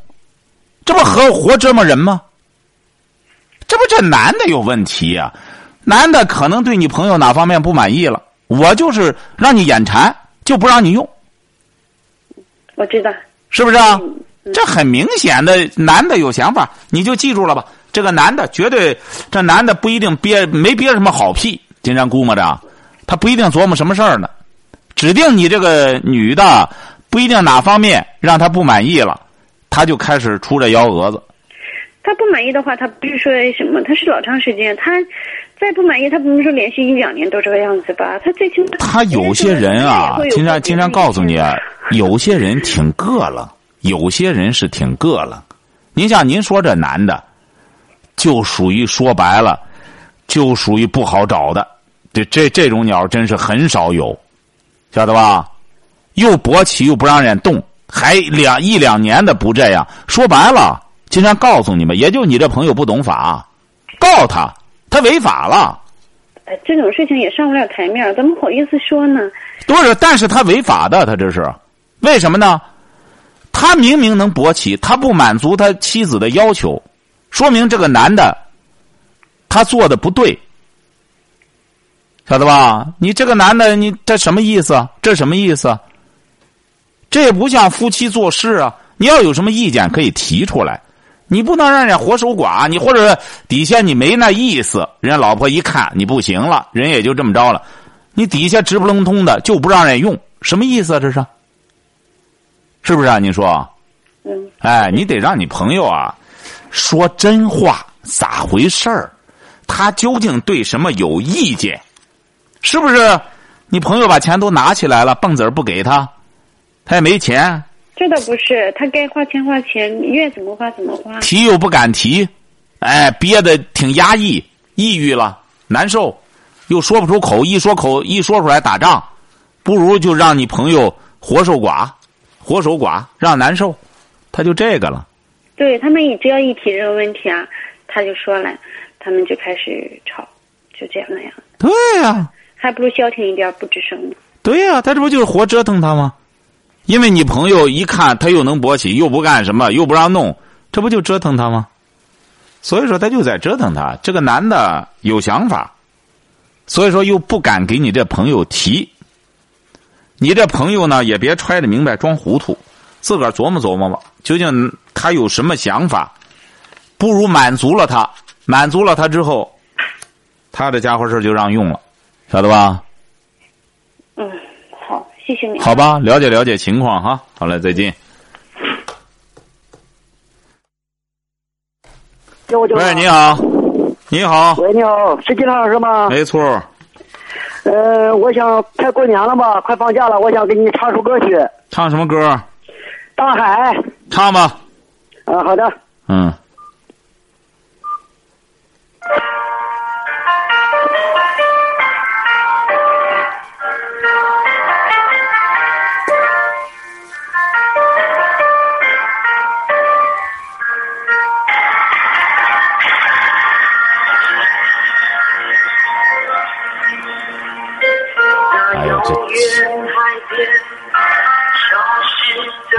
Speaker 2: 这不和活折磨人吗？这不这男的有问题呀、男的可能对你朋友哪方面不满意了，我就是让你眼馋，就不让你用，
Speaker 5: 我知道，
Speaker 2: 是不是啊？
Speaker 5: 嗯，
Speaker 2: 这很明显的，男的有想法，你就记住了吧。这个男的绝对，这男的不一定憋没憋什么好屁，金山估摸着啊，他不一定琢磨什么事儿呢，指定你这个女的不一定哪方面让他不满意了，他就开始出这幺蛾子。
Speaker 5: 他不满意的话，他不是说什么，他是老长时间，他再不满意，他不是说连续一两年都这个样子吧？他最起码
Speaker 2: 他有些人啊，经常经常告诉你，啊，有些人挺个冷，有些人是挺个冷。您像您说这男的，就属于说白了，就属于不好找的。这这这种鸟真是很少有，晓得吧？又勃起又不让人动，还两一两年的不这样。说白了，经常告诉你们，也就你这朋友不懂法，告他，他违法了。
Speaker 5: 哎这种事情也上不了台面儿，怎么好意思说呢？
Speaker 2: 多少？但是他违法的，他这是为什么呢？他明明能勃起，他不满足他妻子的要求，说明这个男的他做的不对，晓得吧？你这个男的，你这什么意思啊？这什么意思啊？这也不像夫妻做事啊！你要有什么意见可以提出来，你不能让人家活守寡，你或者底下你没那意思，人家老婆一看你不行了，人也就这么着了。你底下直不楞通的就不让人用，什么意思啊？这是，是不是啊？你说，
Speaker 5: 嗯，
Speaker 2: 哎，你得让你朋友啊说真话，咋回事儿？他究竟对什么有意见？是不是？你朋友把钱都拿起来了，蹦子儿不给他，他也没钱，
Speaker 7: 这倒不是，他该花钱花钱，愿怎么花怎么花。
Speaker 2: 提又不敢提，哎，憋得挺压抑，抑郁了，难受，又说不出口，一说口一说出来打仗，不如就让你朋友活受寡，活守寡，让难受，他就这个了。
Speaker 7: 对他们，只要一提这个问题啊，他就说了，他们就开始吵，就这样那样，
Speaker 2: 对呀、
Speaker 7: 还不如消停一点，不吱声呢。
Speaker 2: 对呀、他这不就是活折腾他吗？因为你朋友一看他又能勃起，又不干什么，又不让弄，这不就折腾他吗？所以说他就在折腾他。这个男的有想法，所以说又不敢给你这朋友提。你这朋友呢，也别揣着明白装糊涂，自个儿琢磨琢磨吧，究竟他有什么想法？不如满足了他，满足了他之后，他这家伙事儿就让用了，晓得吧？
Speaker 7: 嗯，好，谢谢你。
Speaker 2: 好吧，了解了解情况哈。好了，再见。喂，你好，你好，哎
Speaker 6: 喂，你好，是金老师吗？
Speaker 2: 没错儿，
Speaker 6: 呃，我想快过年了吧，快放假了，我想给你唱首歌曲《
Speaker 2: 唱什么歌儿？
Speaker 6: 大海》。
Speaker 2: 唱吧。
Speaker 6: 啊，好的。
Speaker 2: 嗯，哎呦这，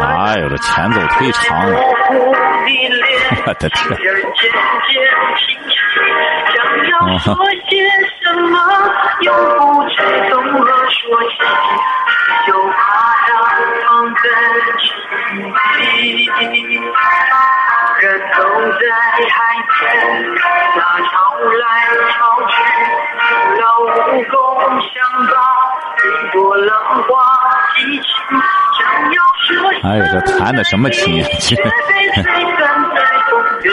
Speaker 2: 哎呦这前奏忒长了， 我的天！
Speaker 8: 想要说些什么，又不知从何说起，就把它放在心底。人走在海边，那潮来潮去，老蜈蚣想把一朵浪花记起，想要说些
Speaker 2: 哎呦这弹的什么琴呀这
Speaker 8: 却被吹散在风中。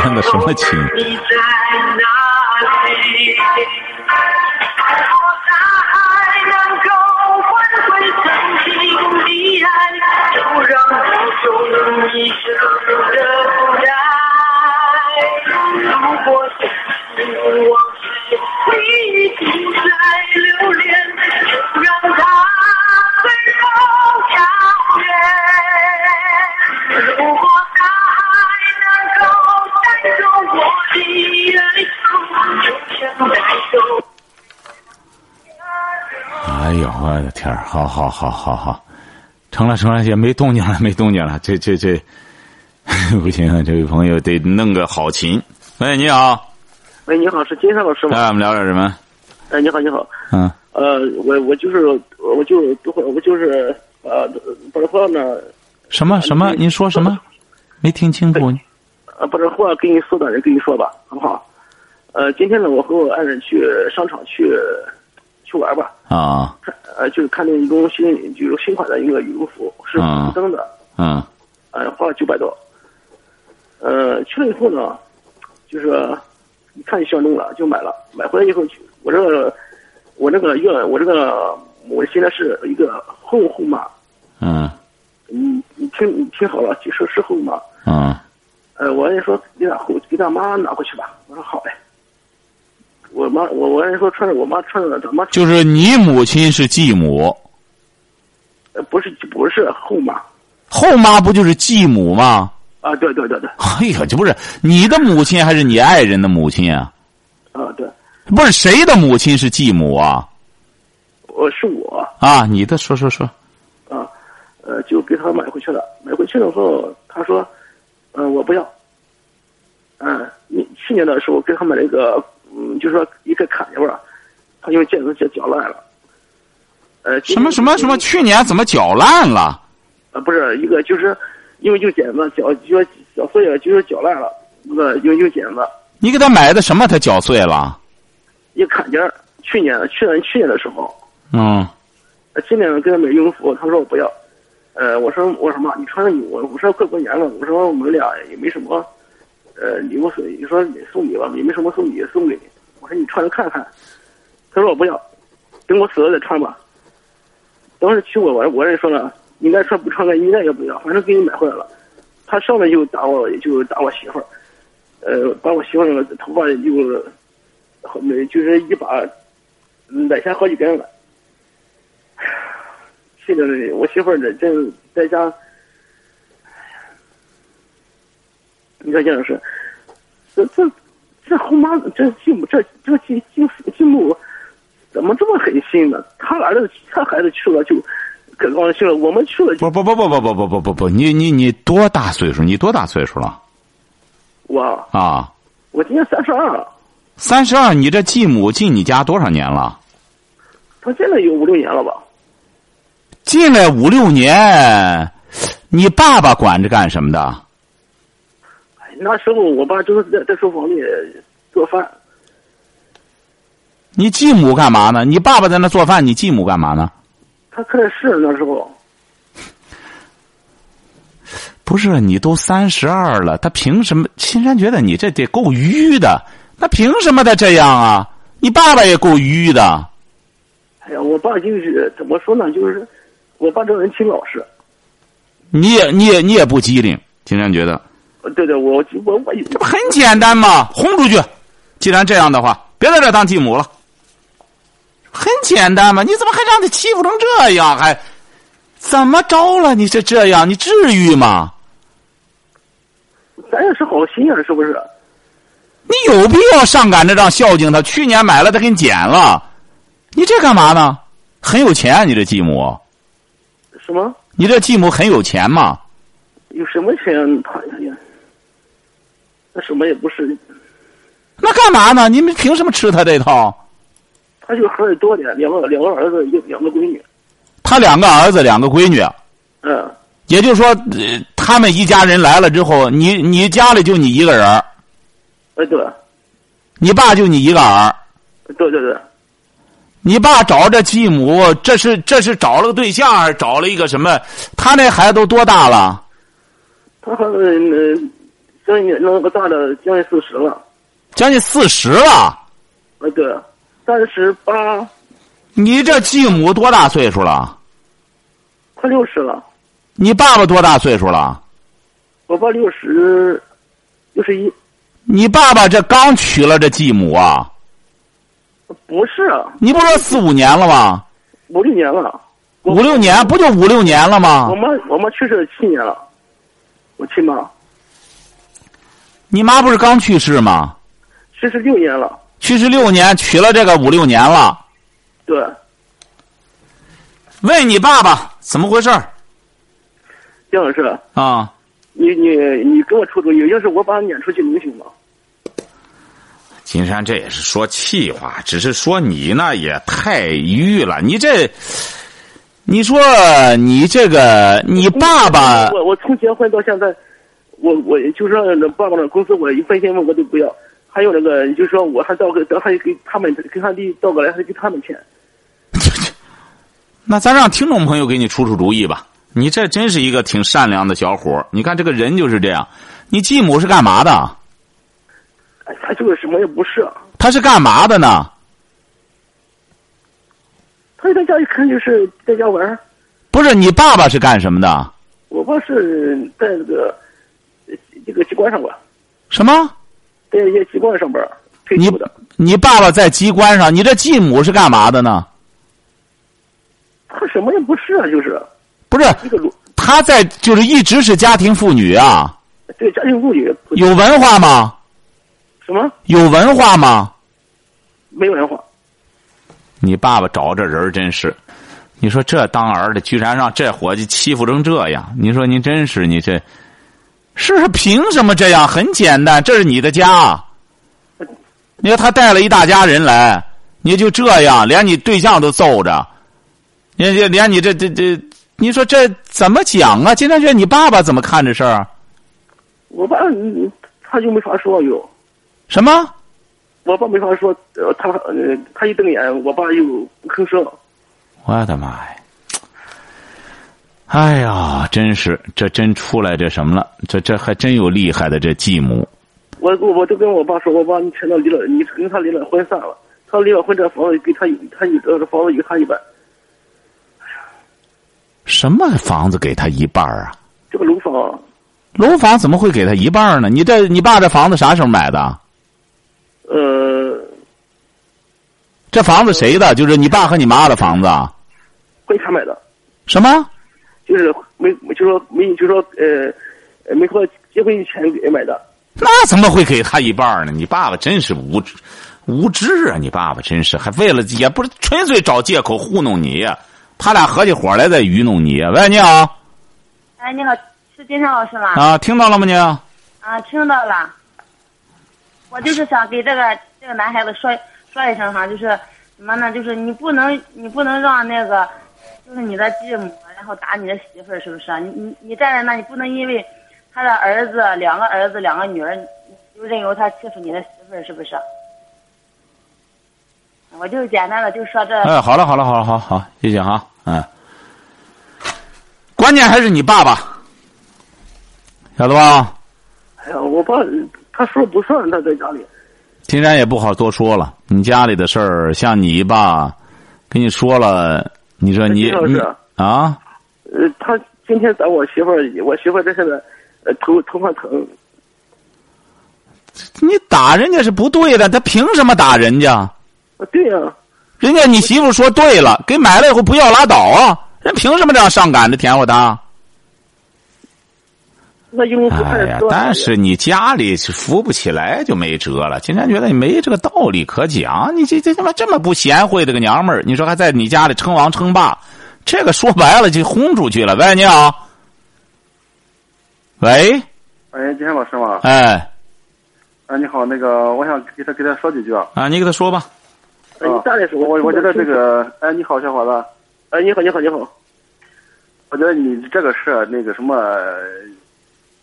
Speaker 2: 弹的什么琴
Speaker 8: 你在哪里？海阔大海能够换回曾经的爱，就让我用一生等待。如果是往事，你已经在留恋，就让它随风飘远。如果大海能够带走我的哀愁，就像带走。
Speaker 2: 哎呦，我的天儿！好好好好好，成了成了，也没动静了，没动静了。这这 这，不行啊！这位朋友得弄个好琴。喂，你好，
Speaker 6: 喂，你好，是金山老师吗？
Speaker 2: 来，我们聊点什么？
Speaker 6: 哎，你好，你好，
Speaker 2: 嗯，
Speaker 6: 呃，我我就是我就是我就是呃，不是话呢，
Speaker 2: 什
Speaker 6: 啊
Speaker 2: 么什么？您说什么？没听清楚。
Speaker 6: 呃，不是话跟你说的人跟你说吧，好不好？呃，今天呢，我和我爱人去商场去去玩吧，
Speaker 2: 啊，
Speaker 6: 呃，就是看见一种新就是新款的一个羽绒服，是
Speaker 2: 啊
Speaker 6: 红灯的。
Speaker 2: 嗯，
Speaker 6: 呃，花了九百多。呃，去了以后呢，就是一看就相中了，就买了。买回来以后，我这个我这个月我这个我现在是一个后后妈，
Speaker 2: 嗯，
Speaker 6: 你你听你听好了，就是是后妈。
Speaker 2: 嗯，
Speaker 6: 呃，我爱人说你俩后给咱妈拿回去吧，我说好嘞。我妈我我爱人说穿着我妈穿着咱妈穿
Speaker 2: 就是你母亲是继母，
Speaker 6: 呃不是不是后妈
Speaker 2: 后妈不就是继母吗？
Speaker 6: 啊，对对对对
Speaker 2: 哎呀，这不是你的母亲还是你爱人的母亲啊？
Speaker 6: 啊对，
Speaker 2: 不是谁的母亲是继母啊？
Speaker 6: 我呃是我。
Speaker 2: 啊，你的说说说，
Speaker 6: 啊，呃，就给他买回去了。买回去了后，他说，嗯，我不要。嗯，你去年的时候给他买了一个，嗯，就说一个砍油啊，他因为腱子脚脚烂了。呃，
Speaker 2: 什么什么什么？去年怎么搅烂了？
Speaker 6: 呃，不是一个，就是因为用剪子脚，就说脚碎了，就说脚烂了。那个用用剪子
Speaker 2: 你给他买的什么？他搅碎了？
Speaker 6: 一个坎肩儿，去年去年去年的时候，
Speaker 2: 嗯，
Speaker 6: 呃，今年给他买羽绒服，他说我不要。呃，我说我说妈，你穿上你我我说快过年了，我说我们俩也没什么，呃，礼物送你说你送你吧，也没什么送你送给你。我说你穿着看看，他说我不要，等我死了再穿吧。等当时娶我，我我也说了，应该说不穿个，应该也不要，反正给你买回来了。他上来就打我，就打我媳妇儿，呃，把我媳妇儿的头发又，后面就是一把，揽下好几根了。气的我媳妇儿这真在家，你看杨老师，这这这后妈这继母这这继继父继母怎么这么狠心呢？他儿子他孩子去了就可高兴了，我们去了就
Speaker 2: 不不不不不不不不不不，你你你多大岁数？你多大岁数了
Speaker 6: 我
Speaker 2: 啊？
Speaker 6: 我今年三十二，
Speaker 2: 三十二，你这继母进你家多少年了？
Speaker 6: 他进来有五六年了吧？
Speaker 2: 进来五六年，你爸爸管着干什么的？
Speaker 6: 哎那时候我爸就是在在厨房里做饭，
Speaker 2: 你继母干嘛呢？你爸爸在那做饭，你继母干嘛呢？
Speaker 6: 他看电视那时候，
Speaker 2: 不是你都三十二了，他凭什么？青山觉得你这得够迂的，那凭什么他这样啊？你爸爸也够迂的，
Speaker 6: 哎呀，我爸就是怎么说呢？就是我爸这个人挺老实，
Speaker 2: 你也你也你也不机灵。青山觉得
Speaker 6: 呃对对，我我我
Speaker 2: 这不很简单吗？轰出去！既然这样的话，别在这儿当继母了，很简单嘛。你怎么还让他欺负成这样？还怎么着了？你这这样，你至于吗？
Speaker 6: 咱也是好心眼，是不是？
Speaker 2: 你有必要上赶着让孝敬他？去年买了，他给你减了，你这干嘛呢？很有钱啊，你这继母，
Speaker 6: 什么
Speaker 2: 你这继母很有钱嘛？
Speaker 6: 有什么钱？他哎呀，那什么也不是，
Speaker 2: 那干嘛呢？你们凭什么吃他这套？
Speaker 6: 他就孩子多点，两个两个儿子，一两个闺女，
Speaker 2: 他两个儿子，两个闺女，
Speaker 6: 嗯，
Speaker 2: 也就是说，呃他们一家人来了之后，你你家里就你一个人儿，
Speaker 6: 哎对，
Speaker 2: 你爸就你一个儿，
Speaker 6: 对对对，
Speaker 2: 你爸找这继母，这是这是找了个对象，还是找了一个什么？他那孩子都多大了？
Speaker 6: 他还嗯，将近那个大的将近四十了，
Speaker 2: 将近四十了。
Speaker 6: 哎对，三十八
Speaker 2: 你这继母多大岁数了？
Speaker 6: 快六十了，
Speaker 2: 你爸爸多大岁数了？
Speaker 6: 我爸六十六十一，
Speaker 2: 你爸爸这刚娶了这继母啊？
Speaker 6: 不是啊，
Speaker 2: 你不说四五年了吗？
Speaker 6: 五六年了，我
Speaker 2: 五六年不就五六年了吗
Speaker 6: 我？妈我妈去世七年了，我亲妈
Speaker 2: 你妈不是刚去世吗？
Speaker 6: 去世六年了，
Speaker 2: 去世六年，娶了这个五六年了。
Speaker 6: 对，
Speaker 2: 问你爸爸怎么回事儿
Speaker 6: 姜老师，
Speaker 2: 啊？
Speaker 6: 你你你给我出主意，要是我把你撵出去能行吗？
Speaker 2: 金山这也是说气话，只是说你呢也太迂了，你这，你说你这个你爸爸
Speaker 6: 我我从结婚到现在，我我就说那爸爸的工资我一分钱我都不要，还有那个就说我还倒个倒还给他们跟他弟倒过来还给他们钱，
Speaker 2: 那咱让听众朋友给你出出主意吧。你这真是一个挺善良的小伙儿你看这个人就是这样。你继母是干嘛的？
Speaker 6: 哎，他就是什么也不是，啊
Speaker 2: 她是干嘛的呢？
Speaker 6: 他在家一看就是在家玩儿，
Speaker 2: 不是你爸爸是干什么的？
Speaker 6: 我爸是在那个这个机关上吧，
Speaker 2: 什么？
Speaker 6: 在一些机关上班儿退
Speaker 2: 你
Speaker 6: 休的，
Speaker 2: 你爸爸在机关上，你这继母是干嘛的呢？
Speaker 6: 他什么也不是啊，就是
Speaker 2: 不是，
Speaker 6: 一个裸
Speaker 2: 她在就是一直是家庭妇女啊，
Speaker 6: 对家庭妇女
Speaker 2: 有文化吗？
Speaker 6: 什么
Speaker 2: 有文化吗？
Speaker 6: 没文化，
Speaker 2: 你爸爸找这人儿真是，你说这当儿的居然让这伙计欺负成这样，你说您真是你这，是啊凭什么这样？很简单，这是你的家，你说他带了一大家人来，你就这样，连你对象都揍着，人家连你这这这，你说这怎么讲啊？金山觉得你爸爸怎么看这事儿？啊
Speaker 6: 我爸嗯他就没法说有。
Speaker 2: 什么？
Speaker 6: 我爸没法说，呃，他呃，他一瞪眼，我爸又不吭声。
Speaker 2: 我的妈呀！哎呀，真是这真出来这什么了？这这还真有厉害的这继母。
Speaker 6: 我我我都跟我爸说，我爸你前头离了，你跟他离了婚散了。他离了婚，这房子给他一他一呃，这房子给他一半。
Speaker 2: 什么房子给他一半儿啊？
Speaker 6: 这个楼房，
Speaker 2: 楼房怎么会给他一半儿呢？你这你爸这房子啥时候买的？
Speaker 6: 呃，
Speaker 2: 这房子谁的？就是你爸和你妈的房子啊？
Speaker 6: 婚前买的，
Speaker 2: 什么？
Speaker 6: 就是没就说没就说呃，呃没和结婚以前给买的。
Speaker 2: 那怎么会给他一半儿呢？你爸爸真是无知无知啊！你爸爸真是还为了也不是纯粹找借口糊弄你，他俩合起伙来在愚弄你。喂，你好
Speaker 9: 哎，你好，是金山老师吗？
Speaker 2: 啊，听到了吗你？
Speaker 9: 啊，听到了。我就是想给这个这个男孩子说说一声哈，就是什么呢？就是你不能你不能让那个就是你的继母，然后打你的媳妇儿，是不是啊？你你你站在那，你不能因为他的儿子两个儿子两个女儿，你就任由他欺负你的媳妇儿，是不是？我就简单的就说这。
Speaker 2: 哎，好了好了好了好好，谢谢哈，嗯。关键还是你爸爸，晓得吧？
Speaker 6: 哎呀，我爸他说不算，他在家里。
Speaker 2: 金山也不好多说了，你家里的事儿，像你吧，跟你说了，你说你
Speaker 6: 金老师
Speaker 2: 你啊，
Speaker 6: 呃，他今天打我媳妇儿，我媳妇儿这现在，呃，头头发疼，
Speaker 2: 你打人家是不对的，他凭什么打人家？
Speaker 6: 啊，对呀、
Speaker 2: 人家你媳妇说对了，给买了以后不要拉倒啊，人凭什么这样上赶着甜乎他？
Speaker 6: 那因为不
Speaker 2: 哎
Speaker 6: 太
Speaker 2: 呀
Speaker 6: 说，，
Speaker 2: 但是你家里是扶不起来就没辙了。金山觉得你没这个道理可讲，你这这他妈这么不贤惠这个娘们儿，你说还在你家里称王称霸，这个说白了就轰出去了。喂，你好，喂，
Speaker 10: 哎，金山老师吗？
Speaker 2: 哎
Speaker 10: 啊，你好，那个我想给他给他说几句啊。
Speaker 2: 啊，你给他说吧，
Speaker 6: 哎你大点声，
Speaker 10: 我我觉得这个，哎，你好，小伙子，
Speaker 6: 哎，你好，你好，你好，
Speaker 10: 我觉得你这个事那个什么，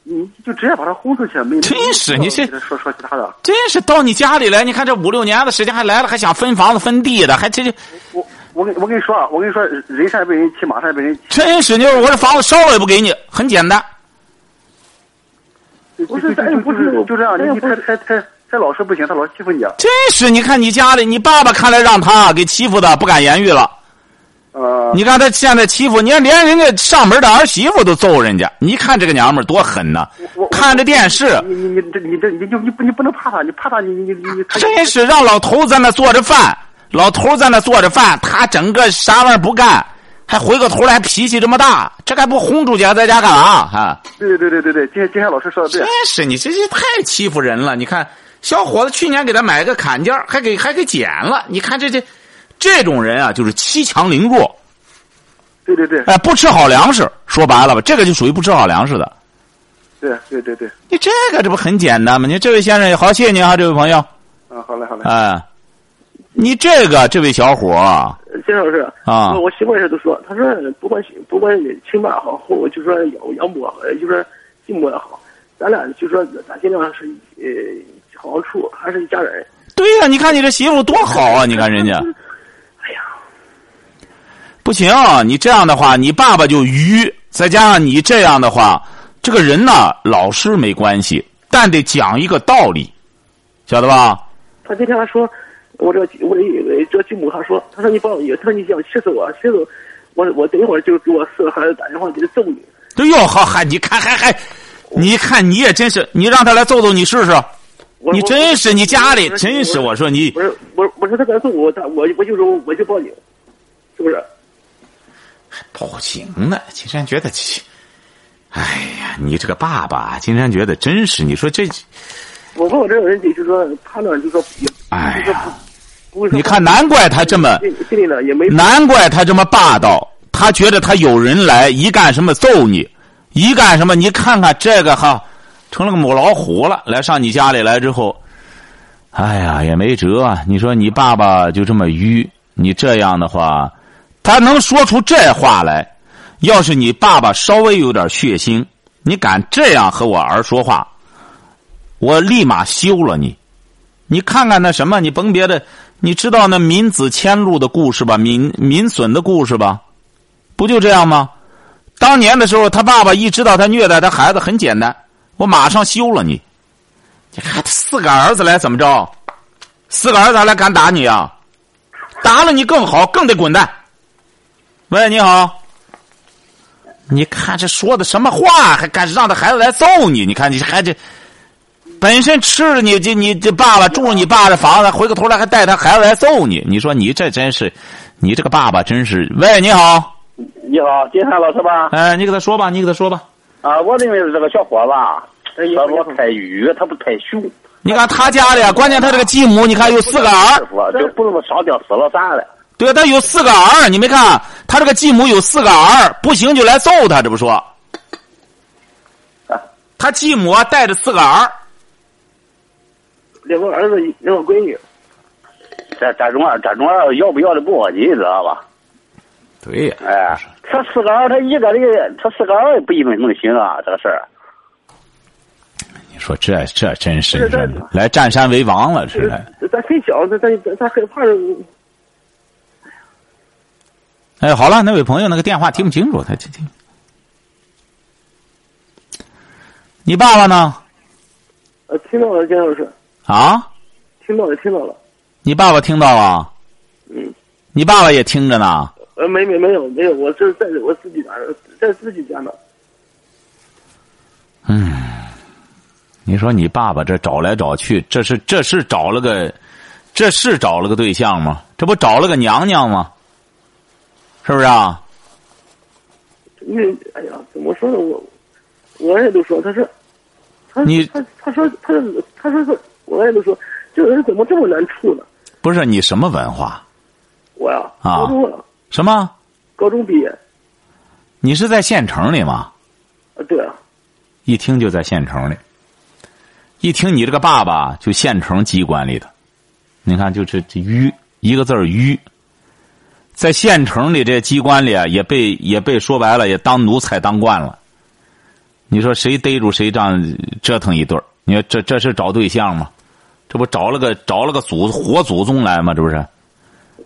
Speaker 10: 你就直接把他轰出去，没
Speaker 2: 真是你这
Speaker 10: 没必要给他说说其他的。
Speaker 2: 真是到你家里来，你看这五六年的时间还来了，还想分房子分地的，还这就
Speaker 10: 我我跟我跟你说啊，我跟你说，人善被人欺，马善被人骑。
Speaker 2: 真是，你说我这房子烧了也不给你，很简单。
Speaker 10: 就
Speaker 6: 不是
Speaker 10: 就
Speaker 6: 咱也
Speaker 10: 就
Speaker 6: 不
Speaker 10: 就是是就这样，
Speaker 6: 咱也
Speaker 10: 你你
Speaker 6: 不是
Speaker 10: 太太太太老实不行，他老欺负你。啊
Speaker 2: 真是，你看你家里，你爸爸看来让他给欺负的不敢言语了。
Speaker 10: 呃，
Speaker 2: 你看他现在欺负，你看连人家上门的儿媳妇都揍人家，你看这个娘们儿多狠呐、
Speaker 10: 我我
Speaker 2: 看着电视，
Speaker 10: 你你你这你这你就你不你不能怕他，你怕他你你你你他
Speaker 2: 真是让老头在那做着饭，老头在那做着饭，他整个啥玩意儿不干，还回过头来脾气这么大，这还不轰出去，还在家干啥啊？
Speaker 10: 对对对对对，今天今天老师说的对
Speaker 2: 真。是你这这太欺负人了！你看，小伙子去年给他买个砍价，还给还给剪了。你看这这这种人啊，就是欺强凌弱，
Speaker 10: 对对对
Speaker 2: 哎，不吃好粮食。说白了吧，这个就属于不吃好粮食的。
Speaker 10: 对对对对，
Speaker 2: 你这个这不很简单吗？你这位先生也好，谢谢您啊，这位朋友，
Speaker 10: 嗯，好嘞好嘞。
Speaker 2: 哎，你这个这位小伙儿
Speaker 6: 呃金山老师，
Speaker 2: 啊
Speaker 6: 我我媳妇儿也都说，她说不管不管亲爸好，或就说养养母，呃就说继母也好，咱俩就说咱尽量是呃好好处，还是一家人。
Speaker 2: 对呀、你看你这媳妇多好啊！你看人家，
Speaker 6: 哎呀，
Speaker 2: 不行、你这样的话，你爸爸就愚，再加上你这样的话，这个人呢，老师没关系，但得讲一个道理，晓得吧？
Speaker 6: 他今天还说，我这个我这这继母还说，他说你把我，他说你想气死我，气死我，我我等一会儿就给我四个孩子打电话给他揍你。
Speaker 2: 哎呦，好嗨，你看还还，你看你也真是，你让他来揍揍你试试，
Speaker 6: 我
Speaker 2: 你真是你家里真是，
Speaker 6: 我
Speaker 2: 我说你
Speaker 6: 我说我我说他敢揍我，他我我就说我就报警，是不是？
Speaker 2: 不行呢，金山觉得，哎呀，你这个爸爸，金山觉得真是，你说这，
Speaker 6: 我问我这种人，就是说他呢，就说也
Speaker 2: 哎
Speaker 6: 就是
Speaker 2: 呀
Speaker 6: 说，不会说
Speaker 2: 你看，难怪他这么，
Speaker 6: 心心里呢也没
Speaker 2: 难怪他这么霸道，他觉得他有人来一干什么揍你，一干什么，你看看这个哈，成了个母老虎了，来上你家里来之后，哎呀，也没辙啊，你说你爸爸就这么迂，你这样的话，他能说出这话来，要是你爸爸稍微有点血腥，你敢这样和我儿说话，我立马休了你。你看看那什么，你甭别的，你知道那闵子骞录的故事吧？闵闵损的故事吧？不就这样吗？当年的时候，他爸爸一知道他虐待他孩子，很简单，我马上休了你。你看他四个儿子来怎么着？四个儿子还来敢打你啊？打了你更好，更得滚蛋。喂，你好。你看这说的什么话，还敢让他孩子来揍你？你看你这孩子，本身吃了你这你这爸爸住你爸的房子，回过头来还带他孩子来揍你，你说你这真是，你这个爸爸真是。喂，你好，
Speaker 11: 你好，金山老师吧？
Speaker 2: 哎，你给他说吧，你给他说吧。
Speaker 11: 啊，我认为是这个小伙子，他老太愚，他不太熊。
Speaker 2: 你看他家里，啊关键他这个继母，你看有四个儿，
Speaker 11: 我就不能上吊死了算了。
Speaker 2: 对他有四个儿，你没看他这个继母有四个儿，不行就来揍他，这不说。他继母啊带着四个儿，
Speaker 11: 两个儿子，两个闺女。这这种啊，这种啊，要不要的不要紧，知道吧？
Speaker 2: 对呀、
Speaker 11: 哎，他四个儿，他一个人，他四个儿也不一定能行啊，这个事儿。
Speaker 2: 你说这这真是来占山为王了，这是。
Speaker 6: 咱很小，咱咱咱很怕这
Speaker 2: 哎，好了，那位朋友那个电话听不清楚，他听听。你爸爸呢？
Speaker 6: 呃，听到了，金老师，
Speaker 2: 啊，
Speaker 6: 听到了，听到了。
Speaker 2: 你爸爸听到了？
Speaker 6: 嗯。
Speaker 2: 你爸爸也听着呢。
Speaker 6: 呃，没没没有没有，我这是在我自己家，在自己家呢。
Speaker 2: 嗯，你说你爸爸这找来找去，这是这是找了个，这是找了个对象吗？这不找了个娘娘吗？是不是啊？
Speaker 6: 因为哎呀，怎么说呢？我我爱都说，他说，他
Speaker 2: 你
Speaker 6: 他他说他他说是我爱都说，这个人怎么这么难处呢？
Speaker 2: 不是你什么文化
Speaker 6: 我呀，
Speaker 2: 啊
Speaker 6: 高？中了，
Speaker 2: 什么？
Speaker 6: 高中毕业，
Speaker 2: 你是在县城里吗？
Speaker 6: 啊，对啊，
Speaker 2: 一听就在县城里。一听你这个爸爸就县城机关里的，你看就这这迂，一个字儿迂。在县城里这机关里啊，也被也被说白了也当奴才当惯了。你说谁逮住谁这样折腾一顿儿你说这这是找对象吗？这不找了个找了个祖活祖宗来吗？这不是？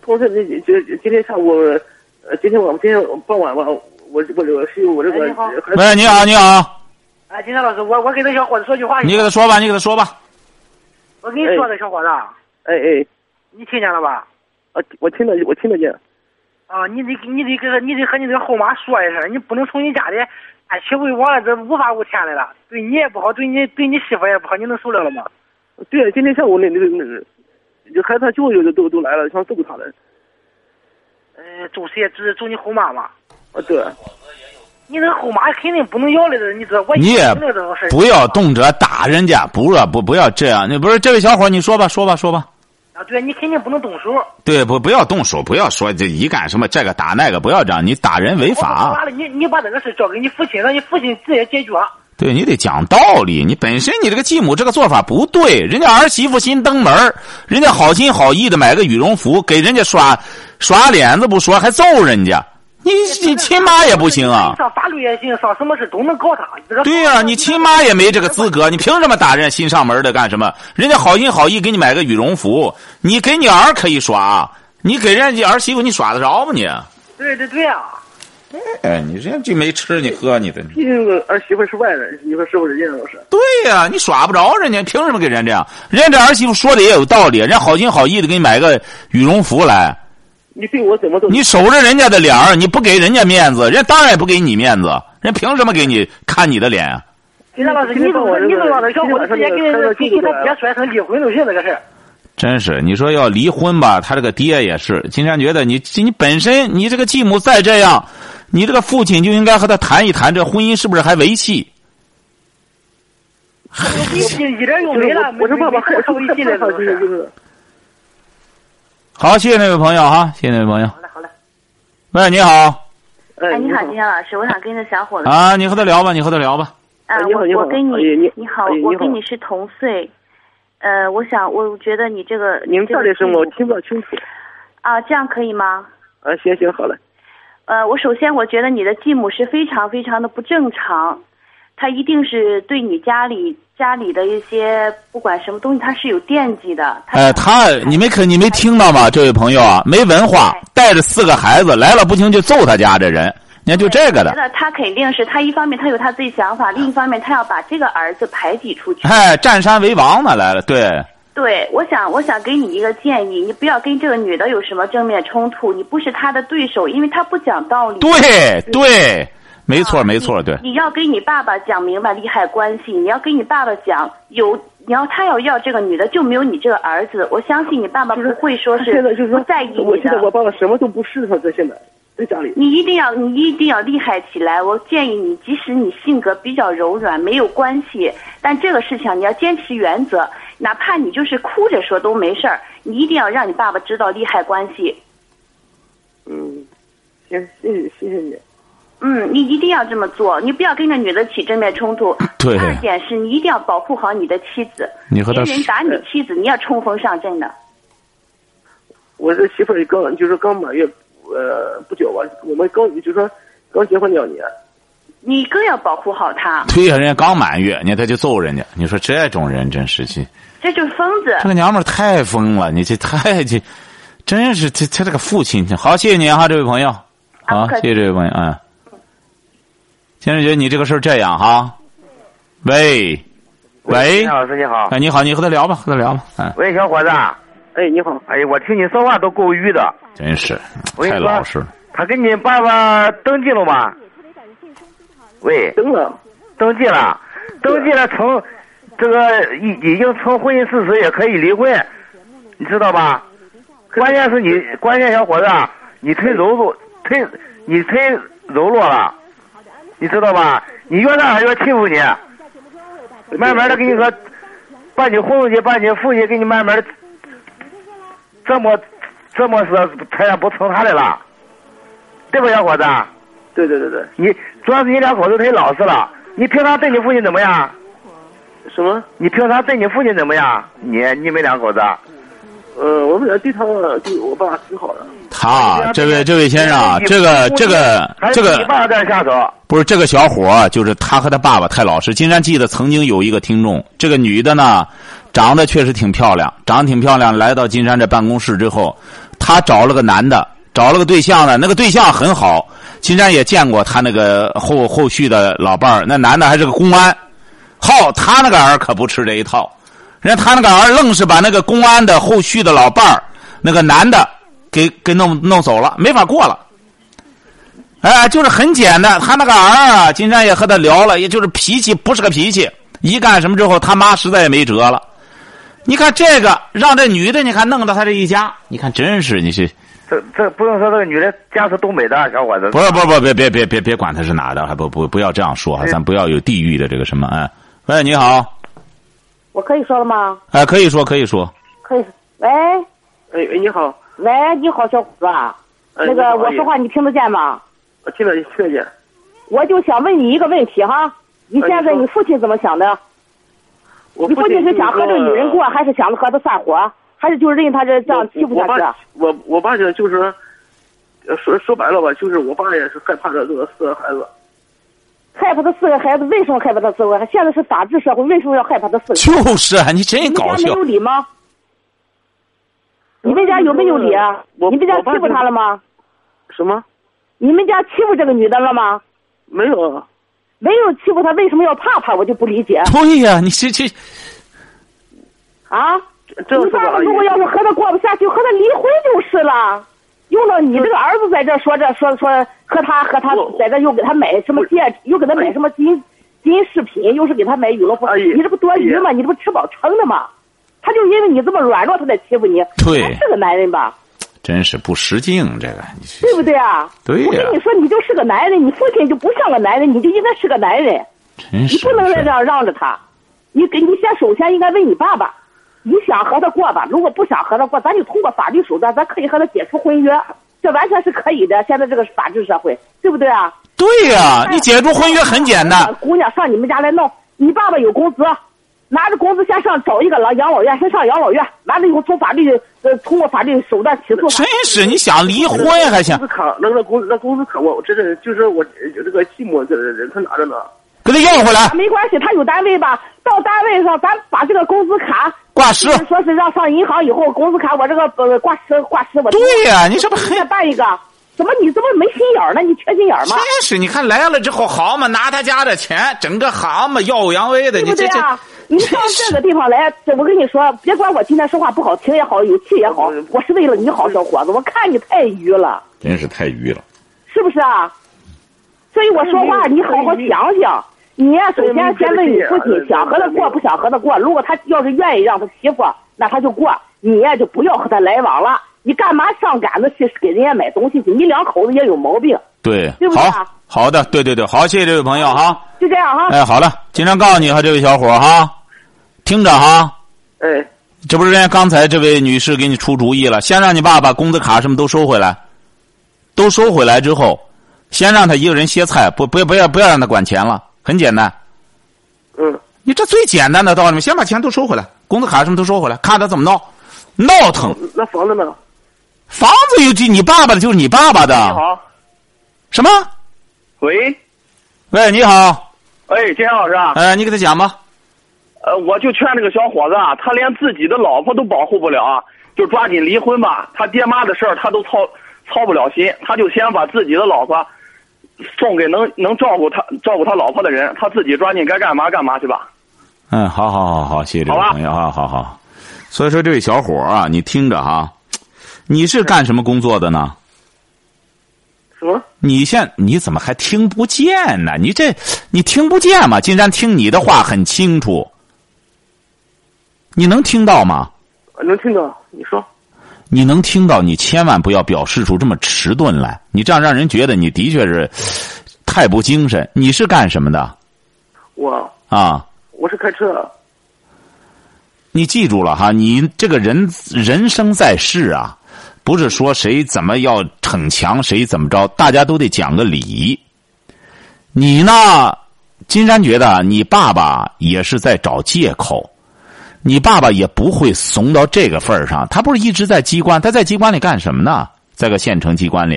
Speaker 6: 同事，你今今天下午，呃，今天晚今天傍晚吧，我我我是我这个
Speaker 12: 哎你好
Speaker 6: 孩子
Speaker 2: 喂，你好，你好，
Speaker 12: 哎，金山老师，我我给那小伙子说句话，
Speaker 2: 你给他说吧，你给他说吧。
Speaker 12: 我跟你说的，小伙子，
Speaker 6: 哎哎，
Speaker 12: 你听见了吧？
Speaker 6: 啊，我听得我听得见，
Speaker 12: 啊，你得你得跟你得和你这个后妈说一声，你不能从你家里哎媳妇往了这无法无天的了，对你也不好，对你对你媳妇也不好，你能受得了吗？
Speaker 6: 对，今天下午那那那那，就孩子他舅舅都都都来了，想揍他来，
Speaker 12: 呃，揍谁也只揍你后妈嘛。
Speaker 6: 啊，对，
Speaker 12: 你这后妈肯定不能要来的，你知道我
Speaker 2: 你也
Speaker 12: 听了这种事儿
Speaker 2: 不要动辄打人家，不要不不要这样。你不是这位小伙儿，你说吧，说吧，说吧。
Speaker 12: 啊，对你肯定不能动手。
Speaker 2: 对，不不要动手，不要说这一干什么这个打那个，不要这样，你打人违
Speaker 12: 说
Speaker 2: 法。
Speaker 12: 完了，你你把这个事交给你父亲，让你父亲自己解决。
Speaker 2: 对你得讲道理，你本身你这个继母这个做法不对，人家儿媳妇新登门儿人家好心好意的买个羽绒服给人家耍耍脸子不说，还揍人家，你你亲妈也不行啊。
Speaker 12: 上法律也行，上什么事都能告他。这个
Speaker 2: 对呀、你亲妈也没这个资格，你凭什么打人新上门的干什么？人家好心好意给你买个羽绒服，你给你儿可以耍，你给人家儿媳妇你耍得着吗你？
Speaker 12: 对对对啊。
Speaker 2: 哎，你人家就没吃你喝你的。
Speaker 6: 毕竟儿媳妇是外人，你说是不是？金老师，
Speaker 2: 对呀、你耍不着人家，凭什么给人家这样？人家这儿媳妇说的也有道理，人家好心好意的给你买个羽绒服来，
Speaker 6: 你对我怎么都
Speaker 2: 你守着人家的脸儿，你不给人家面子，人家当然也不给你面子，人家凭什么给你看你的脸啊？
Speaker 12: 金山老师，你怎么你怎么让这小伙子直接跟人必须他爹摔成离婚都行这个事儿？
Speaker 2: 真是，你说要离婚吧，他这个爹也是。金山觉得你你本身你这个继母再这样，你这个父亲就应该和他谈一谈，这婚姻是不是还维系？
Speaker 12: 一一点用没了，
Speaker 6: 我这爸爸害
Speaker 12: 受一气了，都。
Speaker 6: 就是是
Speaker 2: 好，谢谢那位朋友哈，谢谢那位朋友。好嘞，
Speaker 12: 好嘞。
Speaker 2: 喂，你好
Speaker 6: 哎，
Speaker 13: 你好，金山老师，我想跟这小伙子
Speaker 2: 啊，你和他聊吧，你和他聊吧。
Speaker 13: 啊，
Speaker 6: 你好你
Speaker 13: 我
Speaker 6: 好
Speaker 13: 我跟
Speaker 6: 哎你
Speaker 13: 你好
Speaker 6: 哎你，好
Speaker 13: 我跟你是同岁，呃，我想我觉得你这个
Speaker 6: 您
Speaker 13: 这个
Speaker 6: 到底什
Speaker 13: 父
Speaker 6: 么？
Speaker 13: 母
Speaker 6: 我听不到清楚。
Speaker 13: 啊，这样可以吗？
Speaker 6: 啊，行行，好嘞。
Speaker 13: 呃，我首先我觉得你的继母是非常非常的不正常，她一定是对你家里家里的一些不管什么东西，她是有惦记的。
Speaker 2: 哎，他你没可你没听到吗？这位朋友啊，没文化，带着四个孩子来了，不行就揍他家这人，你看就这个
Speaker 13: 我觉
Speaker 2: 的。
Speaker 13: 得她肯定是她一方面她有她自己想法，另一方面她要把这个儿子排挤出去。
Speaker 2: 哎，占山为王呢，来了，对。
Speaker 13: 对，我想我想给你一个建议，你不要跟这个女的有什么正面冲突，你不是她的对手，因为她不讲道理。啊
Speaker 2: 对对，没错，没错，对，
Speaker 13: 你要跟你爸爸讲明白利害关系，你要跟你爸爸讲有，你要他要要这个女的，就没有你这个儿子。我相信你爸爸不会说是
Speaker 6: 现在就是说
Speaker 13: 不在意
Speaker 6: 我
Speaker 13: 你
Speaker 6: 现在我
Speaker 13: 的。
Speaker 6: 爸爸什么都不是，他在现在在家里。
Speaker 13: 你一定要，你一定要厉害起来。我建议你，即使你性格比较柔软，没有关系，但这个事情你要坚持原则，哪怕你就是哭着说都没事儿，你一定要让你爸爸知道利害关系。
Speaker 6: 嗯，行，谢谢谢谢你。
Speaker 13: 嗯，你一定要这么做，你不要跟这女的起正面冲突。
Speaker 2: 对
Speaker 13: 第二点是你一定要保护好你的妻子。
Speaker 2: 你和她
Speaker 13: 别人打你妻子，你要冲锋上阵的。
Speaker 6: 我这媳妇儿刚就是刚满月，呃，不久吧，我们刚就是说刚结婚两年，
Speaker 13: 你更要保护好她，
Speaker 2: 对呀，人家刚满月，你看他就揍人家，你说这种人真是气，
Speaker 13: 这就是疯子。
Speaker 2: 这个娘们儿太疯了，你这太这，真是这他这个父亲，好，谢谢您哈，这位朋友，好，
Speaker 13: 不客
Speaker 2: 谢
Speaker 13: 气
Speaker 2: 谢这位朋友啊。先生觉得你这个事儿这样哈，喂，喂，
Speaker 14: 老师你好
Speaker 2: 哎，你好，你和他聊吧，和他聊吧，嗯，
Speaker 14: 喂，小伙子，哎，你好，哎，我听你说话都够郁的。
Speaker 2: 真是
Speaker 14: 我跟你
Speaker 2: 太
Speaker 14: 说
Speaker 2: 老实了，
Speaker 14: 他跟你爸爸登记了吗？喂，
Speaker 6: 登了，
Speaker 14: 登记了，登记了成，这个已已经成婚姻事实，也可以离婚，你知道吧？关键是你，关键小伙子，啊你忒柔弱，忒你忒柔弱了，你知道吧？你越让他越欺负你，慢慢的跟你说，把你轰出去，把你父亲给你慢慢的这么这么说，他也不成他的了，对吧，小伙子？
Speaker 6: 对对对对，
Speaker 14: 你主要是你两口子忒老实了。你平常对你父亲怎么样？
Speaker 6: 什么？
Speaker 14: 你平常对你父亲怎么样？你你们两口子？
Speaker 6: 呃，我们俩对他对我爸挺好的，
Speaker 2: 他这位这位先生啊，
Speaker 14: 你
Speaker 2: 这个这个
Speaker 14: 还是
Speaker 2: 这
Speaker 14: 你
Speaker 2: 个
Speaker 14: 爸在下手。
Speaker 2: 不是这个小伙儿，就是他和他爸爸太老实。金山记得曾经有一个听众，这个女的呢，长得确实挺漂亮，长得挺漂亮。来到金山这办公室之后，她找了个男的，找了个对象呢，那个对象很好。金山也见过他那个呃后后续的老伴儿，那男的还是个公安。好，他那个儿可不吃这一套，人家他那个儿愣是把那个公安的后续的老伴儿，那个男的给给弄弄走了，没法过了。哎，就是很简单。他那个儿啊，金山也和他聊了，也就是脾气不是个脾气。一干什么之后，他妈实在也没辙了。你看这个，让这女的，你看弄到他这一家，你看真是你是
Speaker 14: 这这不用说，这个女的家是东北的小伙子。
Speaker 2: 不是不是不是别别别别别管他是哪的，还不不不要这样说啊，咱不要有地域的这个什么哎。喂，你好，
Speaker 15: 我可以说了吗？
Speaker 2: 哎，可以说可以说，
Speaker 15: 可以。喂，
Speaker 6: 哎哎，你好，
Speaker 15: 喂，你好，小伙子。
Speaker 6: 哎
Speaker 15: 那
Speaker 6: 你好
Speaker 15: 个，我
Speaker 6: 阿姨
Speaker 15: 说话你听得见吗？
Speaker 6: 我听得见听得见。
Speaker 15: 我就想问你一个问题哈，你现在
Speaker 6: 你说
Speaker 15: 你父亲怎么想的？
Speaker 6: 我
Speaker 15: 你父亲
Speaker 6: 是
Speaker 15: 是想和这个女人过，还是想着和她散伙，还是就是任他这这样欺负
Speaker 6: 我
Speaker 15: 下去
Speaker 6: 爸？，我我爸就就是说，呃说说白了吧，就是我爸也是害怕这个四个孩子，
Speaker 15: 害怕他四个孩子，为什么害怕他四个？现在是法治社会，为什么要害怕他四个？
Speaker 2: 就是啊，你真
Speaker 15: 你
Speaker 2: 搞
Speaker 15: 们家没
Speaker 2: 笑
Speaker 15: 有。理吗？你们家有没有理啊？
Speaker 6: 我
Speaker 15: 你们家
Speaker 6: 我爸
Speaker 15: 欺负
Speaker 6: 就
Speaker 15: 她了吗？
Speaker 6: 什么？
Speaker 15: 你们家欺负这个女的了吗？
Speaker 6: 没有。啊
Speaker 15: 没有欺负她，为什么要怕她？我就不理解。
Speaker 2: 对呀、你这这
Speaker 15: 啊！
Speaker 6: 这
Speaker 15: 你爸
Speaker 6: 是
Speaker 15: 爸
Speaker 6: 吧
Speaker 15: 如果要是和他过不下去，和他离婚就是了。用到你这个儿子在这说这说说和他和他在这又给他买什么戒，指，又给他买什么金金饰品，又是给他买羽绒服，你这不多余吗？你这不吃饱撑的吗？他就因为你这么软弱，他才欺负你。
Speaker 2: 对
Speaker 15: 他是个男人吧？
Speaker 2: 真是不识劲，这个你是
Speaker 15: 对不对啊？
Speaker 2: 对呀
Speaker 15: 我跟你说，你就是个男人，你父亲就不像个男人，你就应该是个男人。
Speaker 2: 真
Speaker 15: 你
Speaker 2: 是
Speaker 15: 不能再这样让着他。你给你先首先应该问你爸爸，你想和他过吧？如果不想和他过，咱就通过法律手段，咱可以和他解除婚约，这完全是可以的。现在这个是法治社会，对不对啊？
Speaker 2: 对呀、你解除婚约很简单。
Speaker 15: 姑娘上你们家来弄，你爸爸有工资，拿着工资先上找一个老养老院，先上养老院，完了以后从法律呃通过法律手段起诉他。
Speaker 2: 真是你想离婚还想
Speaker 6: 工资卡，那那工那工资卡，我这是就是我呃这个继母这人他拿着呢。
Speaker 2: 给他要回来。
Speaker 15: 没关系，他有单位吧？到单位上，咱把这个工资卡
Speaker 2: 挂失，
Speaker 15: 说是让上银行以后，工资卡我这个呃挂失挂失我。
Speaker 2: 对呀你这不
Speaker 15: 再办一个？怎么你这不没心眼儿呢？你缺心 眼儿吗
Speaker 2: 真？是，你看来了之后，好嘛，拿他家的钱，整个蛤蟆耀武扬威的，
Speaker 15: 对
Speaker 2: 你
Speaker 15: 不
Speaker 2: 这
Speaker 15: 对
Speaker 2: 这
Speaker 15: 啊？你上这个地方来，这我跟你说，别管我今天说话不好听也好，有气也好，我是为了你好，小伙子，我看你太愚了，
Speaker 2: 真是太愚了。
Speaker 15: 是不是啊？所以我说话
Speaker 10: 嗯
Speaker 15: 你好好想想，你呀，首
Speaker 10: 对
Speaker 15: 先
Speaker 10: 你
Speaker 15: 先问你
Speaker 10: 这
Speaker 15: 自
Speaker 10: 个
Speaker 15: 己
Speaker 10: 也
Speaker 15: 想和他过不想和他过。如果他要是愿意让他媳妇，那他就过，你呀就不要和他来往了。你干嘛上杆子去给人家买东西去？你两口子也有毛病，
Speaker 2: 对
Speaker 15: 对，不对
Speaker 2: 好
Speaker 15: 啊
Speaker 2: 好的，对对对，好，谢谢这位朋友哈。
Speaker 15: 就这样 哈。
Speaker 2: 哎，好了，经常告诉你哈，这位小伙儿哈，听着哈，
Speaker 10: 哎，
Speaker 2: 这不是人家刚才这位女士给你出主意了，先让你爸把工资卡什么都收回来，都收回来之后，先让他一个人歇菜，不不要不要不要让他管钱了，很简单。
Speaker 10: 嗯，
Speaker 2: 你这最简单的道理嘛，先把钱都收回来，工资卡什么都收回来，看他怎么闹，闹腾。
Speaker 10: 那房子呢？
Speaker 2: 房子有几？你爸爸的就是你爸爸的。
Speaker 16: 你好，
Speaker 2: 什么？
Speaker 16: 喂，
Speaker 2: 喂，你好，
Speaker 16: 哎，金山老师啊，
Speaker 2: 呃，你给他讲吧。
Speaker 16: 呃，我就劝这个小伙子啊，他连自己的老婆都保护不了啊，就抓紧离婚吧。他爹妈的事儿他都操操不了心，他就先把自己的老婆送给能能照顾他照顾他老婆的人，他自己抓紧该干嘛干嘛去吧。
Speaker 2: 嗯，好好好好，谢谢这位朋友啊，好好。所以说，这位小伙儿啊，你听着哈、你是干什么工作的呢？
Speaker 10: 什么？
Speaker 2: 你现你怎么还听不见呢？你这你听不见吗？金山听你的话很清楚，你能听到吗？
Speaker 10: 呃能听到？你说，
Speaker 2: 你能听到，你千万不要表示出这么迟钝来，你这样让人觉得你的确是太不精神。你是干什么的
Speaker 10: 我
Speaker 2: 啊？
Speaker 10: 我是开车的，
Speaker 2: 你记住了哈，你这个人人生在世啊，不是说谁怎么要逞强，谁怎么着，大家都得讲个理。你呢，金山觉得啊你爸爸也是在找借口，你爸爸也不会怂到这个份儿上。他不是一直在机关，他在机关里干什么呢？在个县城机关里，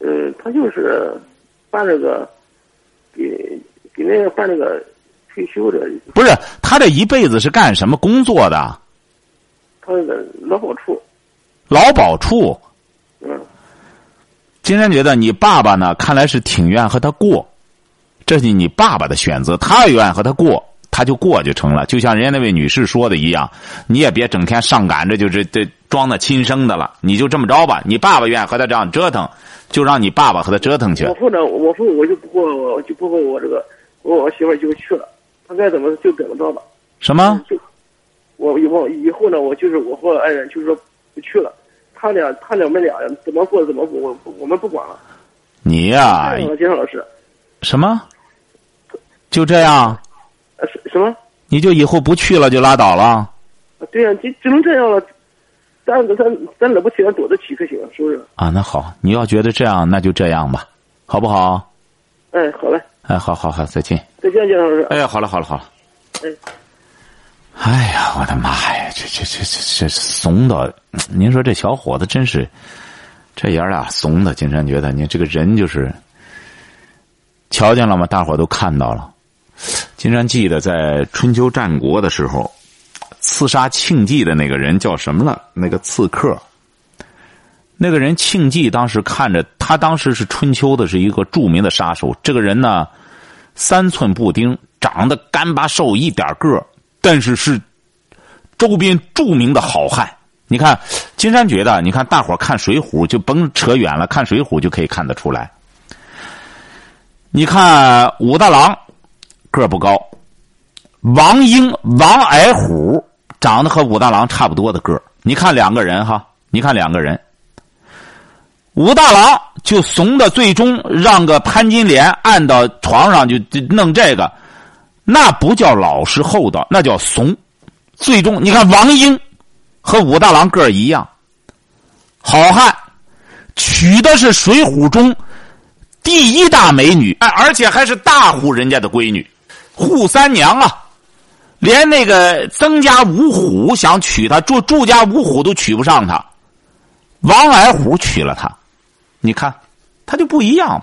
Speaker 10: 呃，他就是办那个，给给那个办那个退休的，
Speaker 2: 不是他这一辈子是干什么工作的？
Speaker 10: 他那个劳保处，
Speaker 2: 劳保处。
Speaker 10: 嗯，
Speaker 2: 金山觉得你爸爸呢，看来是挺愿和他过，这是你爸爸的选择，他愿和他过，他就过就成了。就像人家那位女士说的一样，你也别整天上赶着就是这装的亲生的了，你就这么着吧。你爸爸愿意和他这样折腾，就让你爸爸和他折腾去
Speaker 10: 我。父呢，我父我就不过，我就不过我这个，我我媳妇儿就去了，他该怎么就怎么着吧。
Speaker 2: 什么？
Speaker 10: 我以后以后呢，我就是我和爱人就是说不去了，他俩他俩我们俩怎么过怎么过，我我们不管了。
Speaker 2: 你呀、
Speaker 10: 哎，金山老师，
Speaker 2: 什么？就这样？
Speaker 10: 呃，什什么？
Speaker 2: 你就以后不去了就拉倒了？
Speaker 10: 啊对呀、就只能这样了。咱咱咱惹不起，咱躲得起可行，是不是？
Speaker 2: 啊，那好，你要觉得这样，那就这样吧，好不好？
Speaker 10: 哎，好嘞，
Speaker 2: 哎，好好好，再见。
Speaker 10: 再见，金山老师。
Speaker 2: 哎，好了好了好了。
Speaker 10: 嗯
Speaker 2: 哎呀，我的妈呀，这这这这这怂到，您说这小伙子真是，这爷儿俩怂的，金山觉得你这个人就是，瞧见了吗？大伙儿都看到了。金山记得在春秋战国的时候，刺杀庆忌的那个人叫什么了？那个刺客。那个人庆忌当时看着他，当时是春秋的是一个著名的杀手。这个人呢，三寸布丁，长得干巴瘦，一点个儿但是是周边著名的好汉。你看，金山觉得，你看大伙儿看《水浒》就甭扯远了，看《水浒》就可以看得出来。你看武大郎个儿不高，王英、王矮虎长得和武大郎差不多的个儿。你看两个人哈，你看两个人，武大郎就怂的，最终让个潘金莲按到床上就就弄这个，那不叫老实厚道，那叫怂。最终你看王英和武大郎个儿一样，好汉娶的是《水浒》中第一大美女，哎，而且还是大户人家的闺女，扈三娘啊。连那个曾家五虎想娶她，祝祝家五虎都娶不上她。王矮虎娶了她，你看他就不一样。